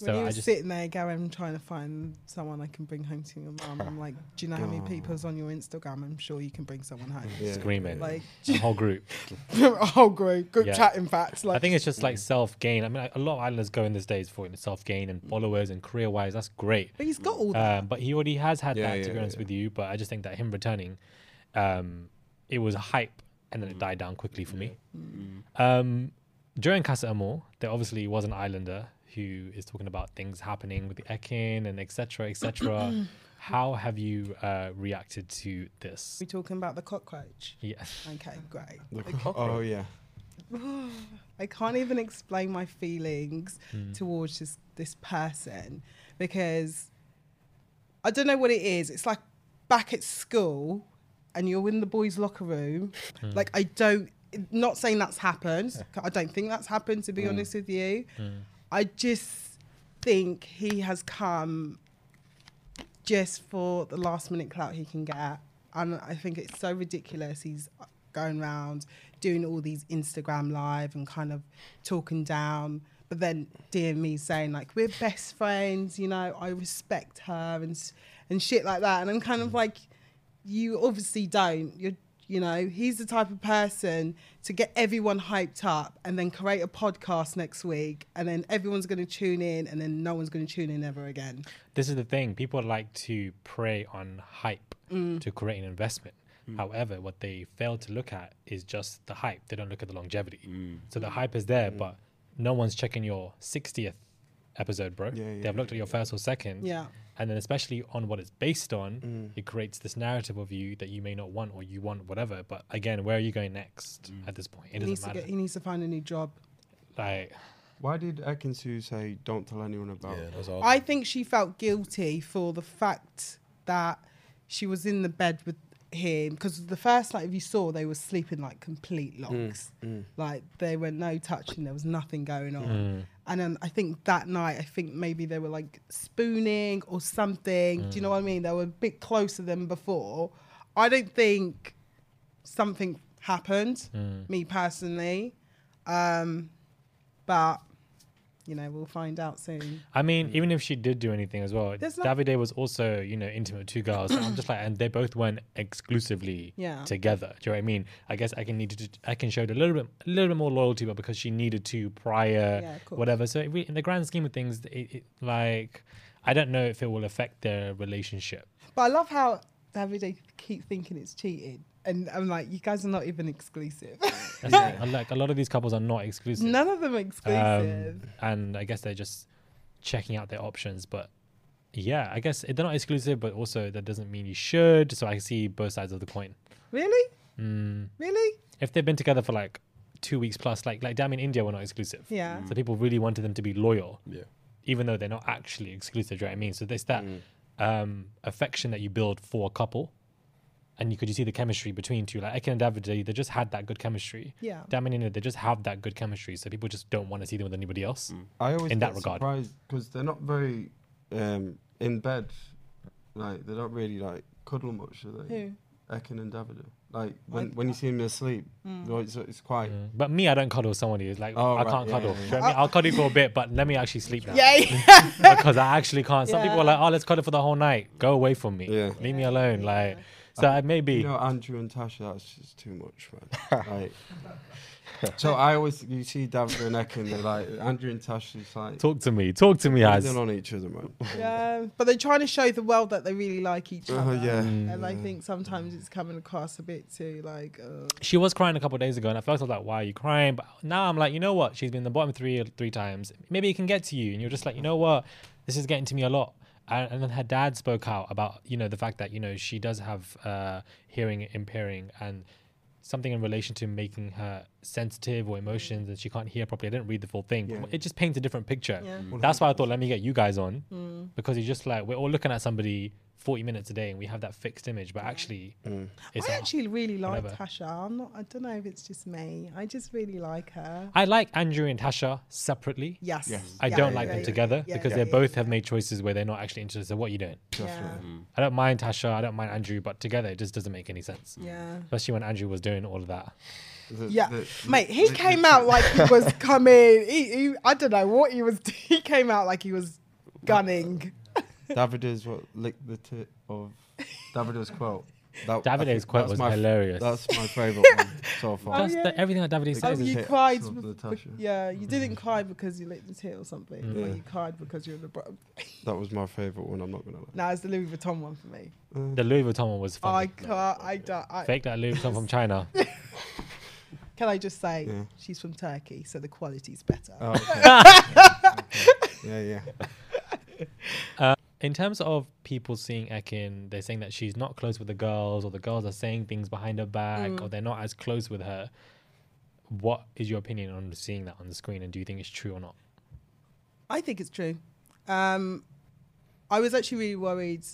when So you I were just, sitting there going, trying to find someone I can bring home to your mum, I'm like, do you know how *laughs* many people's on your Instagram? I'm sure you can bring someone home. Yeah. Screaming. Like, the whole group. *laughs* a whole group, group Yeah. chat, in fact. Like, I think it's just like self gain. I mean, like, a lot of islanders go in these days for self gain and followers and career wise. That's great. Mm. but he's got all that. Um, but he already has had Yeah, that, to yeah, be honest yeah. with you. But I just think that him returning, um, it was hype and Mm. then it died down quickly for me. Um, during Casa Amor, there obviously was an islander who is talking about things happening with the Ekin and etc. *coughs* etc. How have you uh, reacted to this? we talking about the cockroach. Yes. Okay, great. Oh yeah. *sighs* I can't even explain my feelings towards this this person because I don't know what it is. It's like back at school and you're in the boys' locker room. Like I don't not saying that's happened. I don't think that's happened to be honest with you. I just think he has come just for the last minute clout he can get. And I think it's so ridiculous. He's going around doing all these Instagram live and kind of talking down, but then DM me saying like we're best friends, you know, I respect her and s- and shit like that. And I'm kind of like, you obviously don't. You're you know, he's the type of person to get everyone hyped up and then create a podcast next week and then everyone's going to tune in and then no one's going to tune in ever again. this is the thing people like to prey on hype Mm. to create an investment however what they fail to look at is just the hype they don't look at the longevity so the hype is Mm. there but no one's checking your 60th episode bro they've looked at your first or second Yeah. and then especially on what it's based on it creates this narrative of you that you may not want or you want whatever but again where are you going next at this point it He needs, doesn't to matter get, he needs to find a new job. like Why did Ekinsu say don't tell anyone about? Yeah, it? that's all. I think she felt guilty for the fact that she was in the bed with him because the first night you saw they were sleeping like Hmm. complete locks like there were no touching there was nothing going on Mm. and then i think that night i think maybe they were like spooning or something do you know what i mean they were a bit closer than before i don't think something happened Mm. me personally um but you know we'll find out soon I mean, even if she did do anything as well, Mm. There's not- Davide was also, you know, intimate with two girls. So I'm just like, and they both weren't exclusively Yeah. together. Do you know what I mean? I guess I can need to, I can show it a little bit, a little bit more loyalty, but because she needed to prior, Yeah, of course. whatever. So it re- in the grand scheme of things, it, it, like, I don't know if it will affect their relationship. But I love how Davide keep thinking it's cheating, and I'm like, you guys are not even exclusive. That's it. And, *laughs* Like a lot of these couples are not exclusive, None of them are exclusive. Um, and I guess they're just checking out their options, but. Yeah, I guess they're not exclusive, but also that doesn't mean you should. So I see both sides of the coin. *laughs* Mm. really? Really? if they've been together for like two weeks plus, like like damn in India were not exclusive. Yeah. Mm. So people really wanted them to be loyal, Yeah. even though they're not actually exclusive. Do you know what I mean? So there's that Mm. um, affection that you build for a couple. And you could you see the chemistry between two, like Ekin and Davide, they just had that good chemistry. Yeah. Damn in India, they just have that good chemistry. So people just don't want to see them with anybody else. Mm. I always in that get regard. surprised because they're not very um, in bed. Like they don't really like cuddle much, do they? Ekin and Davido. Like when, when you see them asleep, like, it's, it's quite. But me, I don't cuddle someone who's like, Oh, I right, can't yeah, cuddle. yeah, Do you know what I mean? I'll cuddle you for a bit, but let me actually sleep now. Yeah. *laughs* because I actually can't. Some people are like, oh, let's cuddle for the whole night. Go away from me. Yeah. Leave me alone. Like, so I maybe. You know, Andrew and Tasha, that's just too much, *laughs* man. like, so I always, you see Davido and Ekin, they're like, Andrew and Tasha, it's like, Talk to me. Talk to me, they're Haz. on each other, man. yeah. But they're trying to show the world that they really like each Oh, other. yeah. Mm. And I think sometimes it's coming across a bit too like, uh, She was crying a couple of days ago, and at first I was like, "Why are you crying?" But now I'm like, you know what? She's been in the bottom three three times. Maybe it can get to you, and you're just like, you know what? This is getting to me a lot. And, and then her dad spoke out about you know the fact that you know she does have uh, hearing impairing and something in relation to making her sensitive or emotions and she can't hear properly. I didn't read the full thing. It just Mm. paints a different picture. That's why I thought let me get you guys on because you're just like we're all looking at somebody 40 minutes a day and we have that fixed image, but actually, it's I actually really like whatever. Tasha. I'm not. I don't know if it's just me. I just really like her. I like Andrew and Tasha separately. Yes. Yes. I Yeah, don't yeah, like yeah, them yeah, together yeah, because yeah, they yeah, both have made choices where they're not actually interested. So what are you doing? Definitely. Yeah. I don't mind Tasha. I don't mind Andrew, but together it just doesn't make any sense. Yeah. Especially when Andrew was doing all of that. Yeah, mate, he came out like he was *laughs* coming. He, he, I don't know what he was. *laughs* He came out like he was gunning. Davide's what licked the tip of Davide's quote. That, I Davide's think quote that's was my f- hilarious. That's *laughs* my favourite one so far. Just the- everything that Davide Oh, says Mm. is you it. cried. Sort of bef- the bef- Tasha. yeah, you didn't cry because you licked the tit or something. Or Mm. Yeah. you cried because you're in the. Bro- That was my favourite one, I'm not going to lie. now it's the Louis Vuitton one for me. the Louis Vuitton one was I funny. can't. I don't. I, Fake that Louis Vuitton *laughs* from China. Can I just say Yeah. she's from Turkey, so the quality's better. Oh, *laughs* okay. *laughs* yeah, yeah. *laughs* Uh, in terms of people seeing Ekin, they're saying that she's not close with the girls, or the girls are saying things behind her back, or they're not as close with her. What is your opinion on seeing that on the screen, and do you think it's true or not? I think it's true. Um, I was actually really worried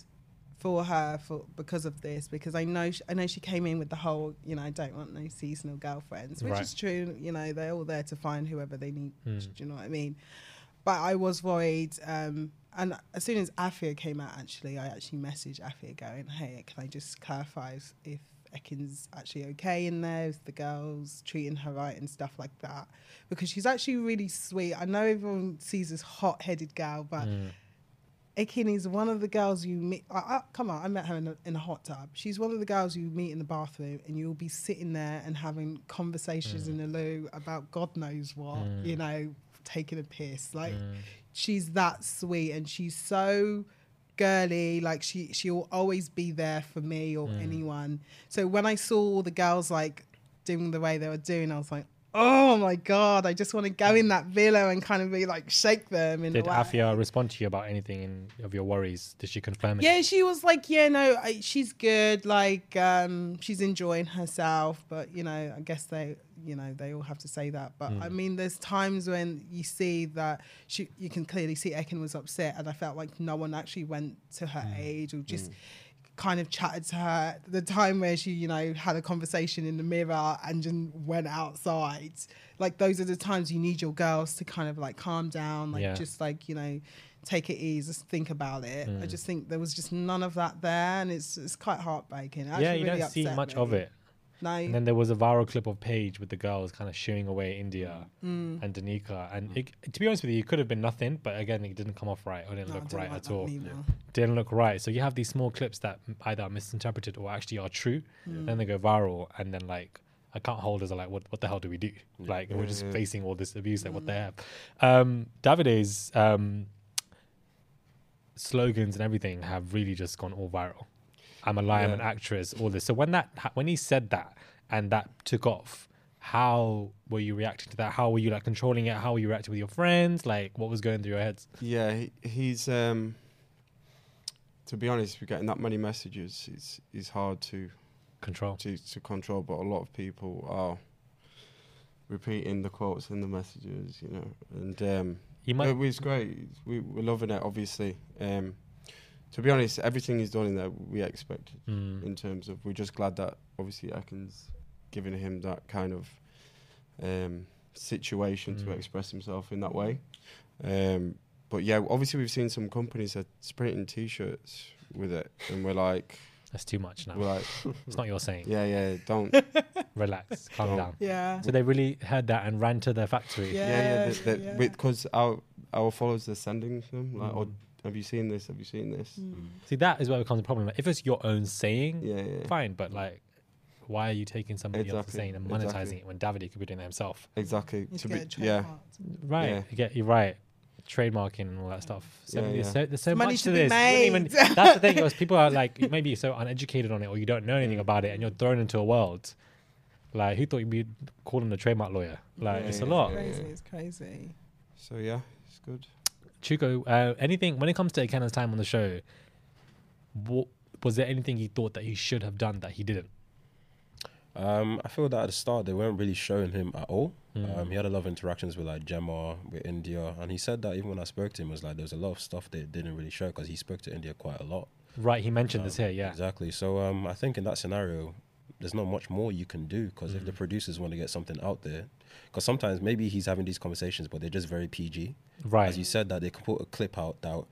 for her for because of this because I know she, I know she came in with the whole you know I don't want no seasonal girlfriends, which Right. is true. You know they're all there to find whoever they need. Do you know what I mean? But I was worried, um, and as soon as Afia came out, actually, I actually messaged Afia going, "Hey, can I just clarify if- if Ekin's actually okay in there? Is the girls treating her right and stuff like that?" Because she's actually really sweet. I know everyone sees this hot-headed gal, but Ekin is one of the girls you meet. I, I, come on, I met her in a, in a hot tub. She's one of the girls you meet in the bathroom, and you'll be sitting there and having conversations in the loo about God knows what, you know, taking a piss. Like, she's that sweet, and she's so girly. Like, she she'll always be there for me or anyone. So when I saw all the girls like doing the way they were doing, I was like. Oh my god! I just want to go in that villa and kind of be like shake them. In Did a way. Afia respond to you about anything in, of your worries? Did she confirm it? Yeah, she was like, yeah, no, I, she's good. Like, um, she's enjoying herself. But you know, I guess they, you know, they all have to say that. But I mean, there's times when you see that she, you can clearly see Ekin was upset, and I felt like no one actually went to her aid or just. Kind of chatted to her the time where she, you know, had a conversation in the mirror and then went outside. Like those are the times you need your girls to kind of like calm down, like Yeah. just just like you know take it easy just think about it Mm. i just think there was just none of that there and it's it's quite heartbreaking It Yeah, actually you really don't see upset much me. of it. no And then there was a viral clip of Paige with the girls kind of shooing away India Mm. and Danica. And it, to be honest with you, it could have been nothing, but again, it didn't come off right or didn't No, I look don't right like at that all. neither. Yeah. Didn't look right. So you have these small clips that either are misinterpreted or actually are true. Mm. Then they go viral, and then like I can't hold us are like, what, what the hell do we do? Like we're just facing all this abuse. Like what the Mm. hell? Um, Davide's um, slogans and everything have really just gone all viral. I'm a liar, I'm an actress, all this. So when that ha- when he said that and that took off, how were you reacting to that? How were you like controlling it? How were you reacting with your friends? Like what was going through your heads? Yeah, he, he's. Um, to be honest, we're getting that many messages. It's it's hard to Control. to, to control, but a lot of people are repeating the quotes and the messages, you know. And um, You might- it was great. We, we're loving it, obviously. Um, to be honest, everything he's done in there we expected Hmm. in terms of we're just glad that obviously Akin's giving him that kind of um, situation Mm. to express himself in that way. Um, but yeah, obviously we've seen some companies that printing T-shirts with it, and we're like, That's too much now. we're like, *laughs* It's not your saying. yeah, yeah, don't *laughs* Relax. Calm Don't. down. yeah So they really heard that and ran to their factory. Yeah. yeah, yeah, the, the, yeah. because our our followers are sending them like, oh, have you seen this? Have you seen this? Mm. Mm. See, that is where *laughs* it becomes a problem. Like, if it's your own saying, Yeah, yeah. fine, but like, why are you taking somebody else's Exactly, saying and monetizing exactly. it when Davide could be doing that himself? Exactly. Need to To be, get a yeah, trademark. Right. Yeah. You get, you're right. Trademarking and all that stuff. So Yeah, there's yeah. so, there's so Money much to to be this. You wouldn't made. even- *laughs* that's *laughs* the thing, because people are like, maybe you're so uneducated on it or you don't know Mm. anything about it and you're thrown into a world. Like, who thought you'd be calling a trademark lawyer? Like, it's a lot. crazy it's crazy So yeah, it's good. Chuko, uh, anything when it comes to Akana's time on the show, what, was there anything he thought that he should have done that he didn't? Um, I feel that at the start they weren't really showing him at all. Mm. Um, he had a lot of interactions with like Gemma, with India, and he said that even when I spoke to him, it was like there was a lot of stuff they didn't really show because he spoke to India quite a lot. Right, he mentioned Um, this here, yeah. Exactly. So um, I think in that scenario, there's not much more you can do because Mm. if the producers want to get something out there, because sometimes maybe he's having these conversations, but they're just very PG. Right. As you said, that they can put a clip out that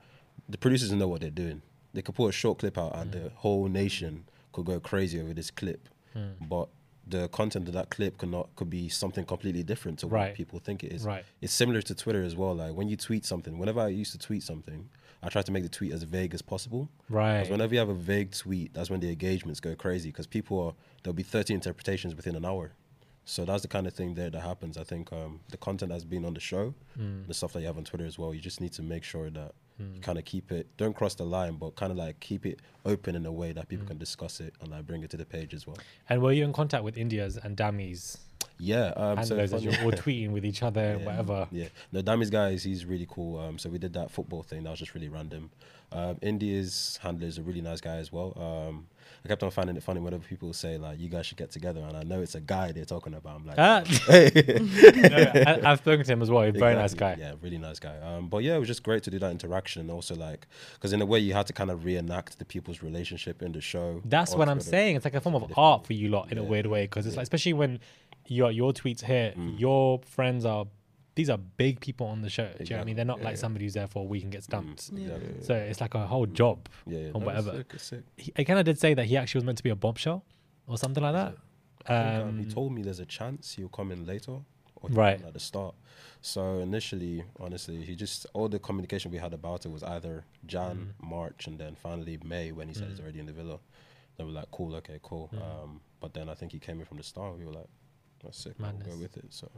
the producers know what they're doing. They could put a short clip out and the whole nation could go crazy over this clip. Mm. But the content of that clip could not could be something completely different to Right. what people think it is. Right. It's similar to Twitter as well. Like when you tweet something, whenever I used to tweet something, I try to make the tweet as vague as possible. 'Cause Right. whenever you have a vague tweet, that's when the engagements go crazy because people are there'll be 30 interpretations within an hour. So that's the kind of thing there that happens. I think um, the content that's been on the show, Mm. the stuff that you have on Twitter as well, you just need to make sure that you Mm. kind of keep it, don't cross the line, but kind of like keep it open in a way that people can discuss it and like bring it to the page as well. And were you in contact with India's and Damis? Yeah, um, and so those as funny- you're all tweeting with each other and whatever. *laughs* Yeah. No, Dammy's guys, he's really cool. Um, so we did that football thing. That was just really random. Um, India's handler is a really nice guy as well. Um, I kept on finding it funny whenever people say like, "You guys should get together," and I know it's a guy they're talking about. I'm like, *laughs* Ah. *laughs* "Hey." No, I- I've spoken to him as well. He's a very nice Exactly. Yeah, really nice guy. Um, but yeah, it was just great to do that interaction and also like, because in a way you had to kind of reenact the people's relationship in the show. That's on what I'm Twitter. saying. It's like a form of art for you lot in a weird way because it's like, especially when your your tweets here, Mm. your friends are these are big people on the show. Do you know what I mean? They're not like somebody who's there for a week and gets dumped. Mm, exactly. So it's like a whole job Yeah, yeah. No, or it's whatever. sick, it's sick. He, I kind of did say that he actually was meant to be a bombshell or something like that. think, um, Um, he told me there's a chance he'll come in later or he'll Right. come at the start. So initially, honestly, he just all the communication we had about it was either Jan, Mm. March, and then finally May when he said he's already in the villa. Then we're like, cool, okay, cool. Mm. Um, but then I think he came in from the start. We were like, that's sick, we'll go Madness. with it. So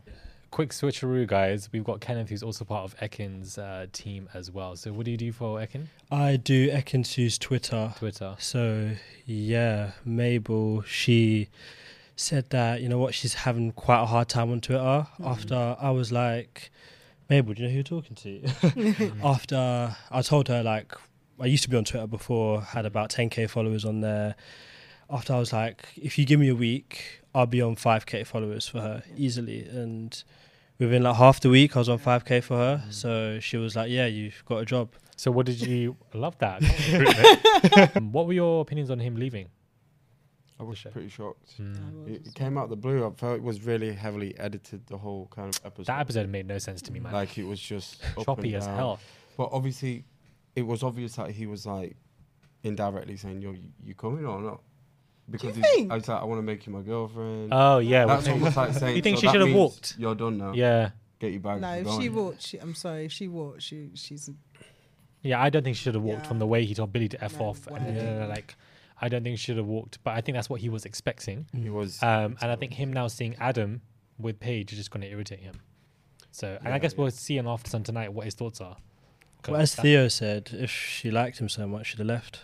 quick switcheroo, guys. We've got Kenneth, who's also part of Ekin's uh, team as well. So what do you do for Ekin? I do Ekinsu's Twitter. Twitter. So yeah, Mabel, she said that, you know what, she's having quite a hard time on Twitter after I was like, Mabel, do you know who you're talking to? *laughs* after I told her like I used to be on Twitter before, had about ten K followers on there. After I was like, if you give me a week, I'll be on five K followers for her easily and Within like half the week, I was on 5k for her. So she was like, "Yeah, you've got a job." So what *laughs* did you love that? recruitment. Um, what were your opinions on him leaving? Mm. I was pretty shocked. It, it came out the blue. I felt it was really heavily edited. The whole kind of episode. That episode made no sense to me, man. Like it *laughs* was just up and Choppy as down. hell. But obviously, it was obvious that he was like indirectly saying, "Yo, you, you coming or not?" Because he's- I was like, "I want to make you my girlfriend." Oh, yeah, that's well, almost like you saying. think "So she that should have means walked?" You're done now. Yeah. Get your bags. No, and if go she on." walked, she, I'm sorry, if she walked, she, she's. Yeah, I don't think she should have walked from the way he told Billy to f off. And, way. uh, like, I don't think she should have walked, but I think that's what he was expecting. He was. Um, and I think him now seeing Adam with Paige is just going to irritate him. So, and I Yeah, guess we'll see him after some tonight what his thoughts are. 'Cause Well, as that- Theo said, if she liked him so much, she'd have left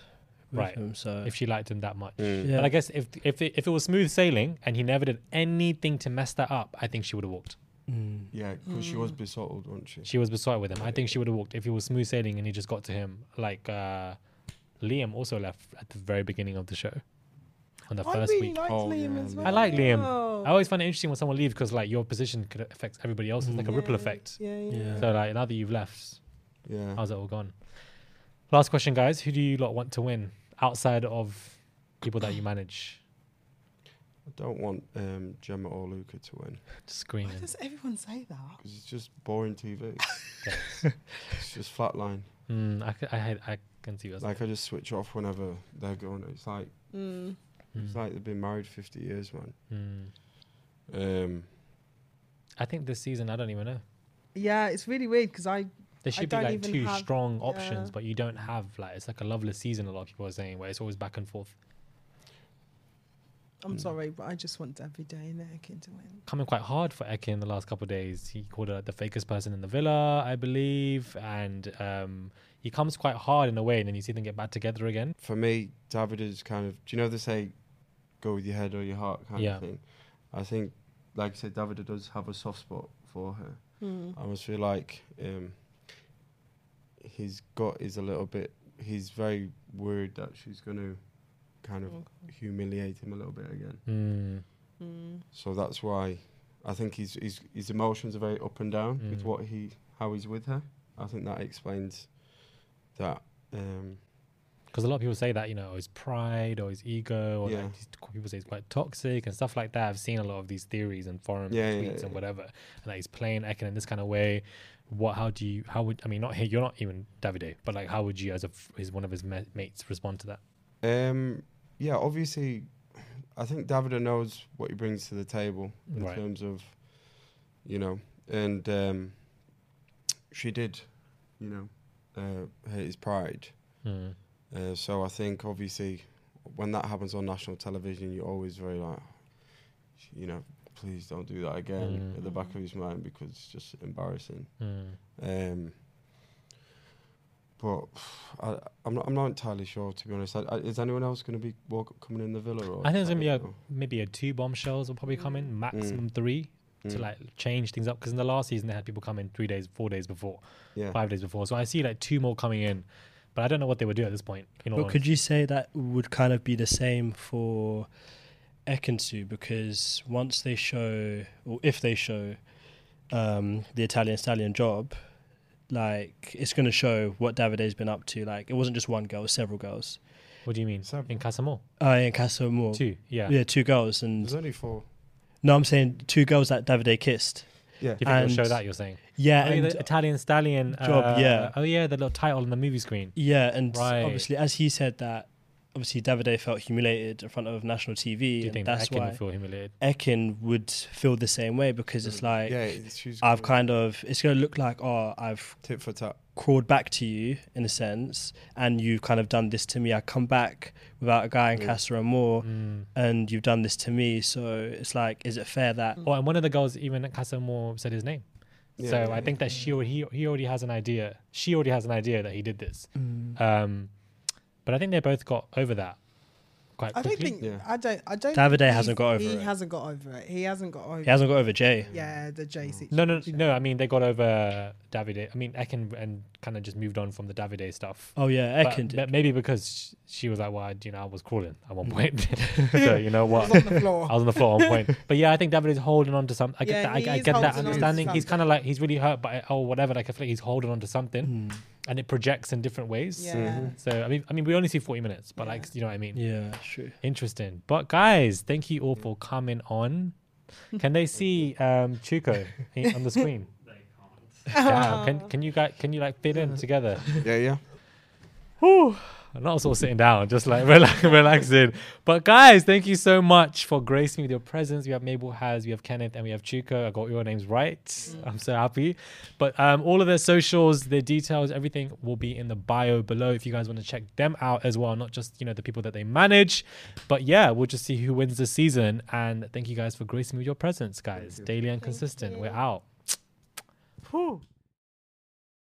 with right? him. So If she liked him that much, Mm. but Yeah. I guess if if it, if it was smooth sailing and he never did anything to mess that up, I think she would have walked. Yeah, because she was besottled, wasn't she? Mm. She was beside with him. I think she would have walked if he was smooth sailing and he just got to him. Like uh, Liam also left at the very beginning of the show, on the I first really week. liked Liam as well. I like Liam. I always find it interesting when someone leaves because like your position could affect everybody else. It's like a ripple Mm. effect. yeah, yeah. Yeah. So like now that you've left, yeah, how's it all gone? Last question, guys. Who do you lot want to win outside of people that you manage? I don't want um, Gemma or Luca to win. Screaming. Does everyone say that? Because it's just boring TV. it's just flatline. Mm, I, c- I, had- I can see what you're saying. Like I just switch off whenever they're going. It's like Mm. it's like they've been married fifty years, man. Mm. Um, I think this season I don't even know. Yeah, it's really weird because I. There I should don't be like even two have- strong yeah. options, but you don't have like it's like a loveless season. A lot of people are saying where it's always back and forth. I'm sorry, but I just want every day in Ekin to win. Coming quite hard for Eke in the last couple of days. He called her like, the fakest person in the villa, I believe, and um, he comes quite hard in a way, and then you see them get back together again. for me, David is kind of. Do you know they say, go with your head or your heart kind Yeah. of thing? I think, like I said, David does have a soft spot for her. Mm. I almost feel like um, his gut is a little bit. He's very worried that she's going to kind of humiliate him a little bit again. Mm. So that's why I think his his, his emotions are very up and down with Mm. what he how he's with her. I think that explains that um, Because a lot of people say that, you know, oh, it's pride or it's ego, or Yeah. like these t- people say it's quite toxic and stuff like that. I've seen a lot of these theories and forums Yeah, and yeah, tweets and yeah. whatever, and that he's playing Ekin in this kind of way. What? How do you? How would I mean? Not here. You're not even Davide, but like, how would you, as a f- his one of his ma- mates, respond to that? Um, yeah, obviously, I think Davida knows what he brings to the table in Right. terms of, you know, and um, she did, you know, uh, hate his pride. Mm. Uh, so I think obviously, when that happens on national television, you're always very like, you know, please don't do that again Mm. at the back of his mind because it's just embarrassing. Mm. Um, but I, I'm not. I'm not entirely sure to be honest. I, I, is anyone else going to be walk, coming in the villa? Or I think there's gonna be a don't know. maybe a two bombshells will probably come Mm. in, maximum three, to Mm. like change things up. Because in the last season they had people come in three days, four days before, Yeah. five days before. So I see like two more coming in, but I don't know what they would do at this point. You know, But could you say that would kind of be the same for Ekansu? Because once they show, or if they show, um, the Italian stallion job, like it's going to show what Davide's been up to. Like it wasn't just one girl, it was several girls. what do you mean in Casamore? Uh, in Casa Amor. Two, yeah. Yeah, two girls. And There's only four. no, I'm saying two girls that Davide kissed. Yeah. Do you think they'll show And- that? You're saying, Yeah, oh, and- the Italian stallion Job, uh, yeah. oh yeah, the little title on the movie screen. Yeah, and Right. obviously, as he said that, obviously Davide felt humiliated in front of national TV, Do you and think that's that Ekin why would feel humiliated? Ekin would feel the same way because it's like Mm. yeah, it's- she's I've gonna- kind of it's going to look like oh I've tit for tat. crawled back to you in a sense, and you've kind of done this to me. I come back without a guy in Yeah. Casa Amor, Mm. and you've done this to me. So it's like, is it fair that? Oh, and one of the girls even at Casamore said his name. Yeah, so yeah, I think that *laughs* she al- he he already has an idea. She already has an idea that he did this. Mm. Um, but I think they both got over that quite I quickly. don't think. Yeah. I don't. I don't. Davide think he's- hasn't got over He it. hasn't got over it. He hasn't got over. He hasn't got over Jay. Yeah, the J situation. no, no, no. I mean, they got over Davide. I mean, Ekin and kind of just moved on from the Davide stuff. Oh yeah, But- Ekin. but maybe because sh- she was like, "Well, I- you know, I was crawling at one *laughs* point, *laughs* so you know what, on the floor. I was on the floor at one point." But yeah, I think David is holding on to some. I Yeah, get that. he I, I is get that holding on to understanding. He's something. kind of like he's really hurt, but oh, whatever. Like I feel like he's holding on to something, Hmm. and it projects in different ways. Yeah. Mhm. So I mean, I mean, we only see forty minutes, but like you know what I mean. Mm-hmm. yeah, true. Interesting. But guys, thank you Mm. all for coming on. Can *laughs* they see um Chuko i- on the screen? Damn, can can you guys can you like fit in together? Oh. Yeah, yeah. I'm not also sitting down, just like *laughs* relax, relaxing. But guys, thank you so much for gracing me with your presence. We have Mabel Has, we have Kenneth, and we have Chuka. I got your names right. I'm so happy. But um, all of their socials, their details, everything will be in the bio below if you guys want to check them out as well. Not just you know the people that they manage, but yeah, we'll just see who wins the season. And thank you guys for gracing me with your presence, guys. Daily and consistent. We're out. Whew.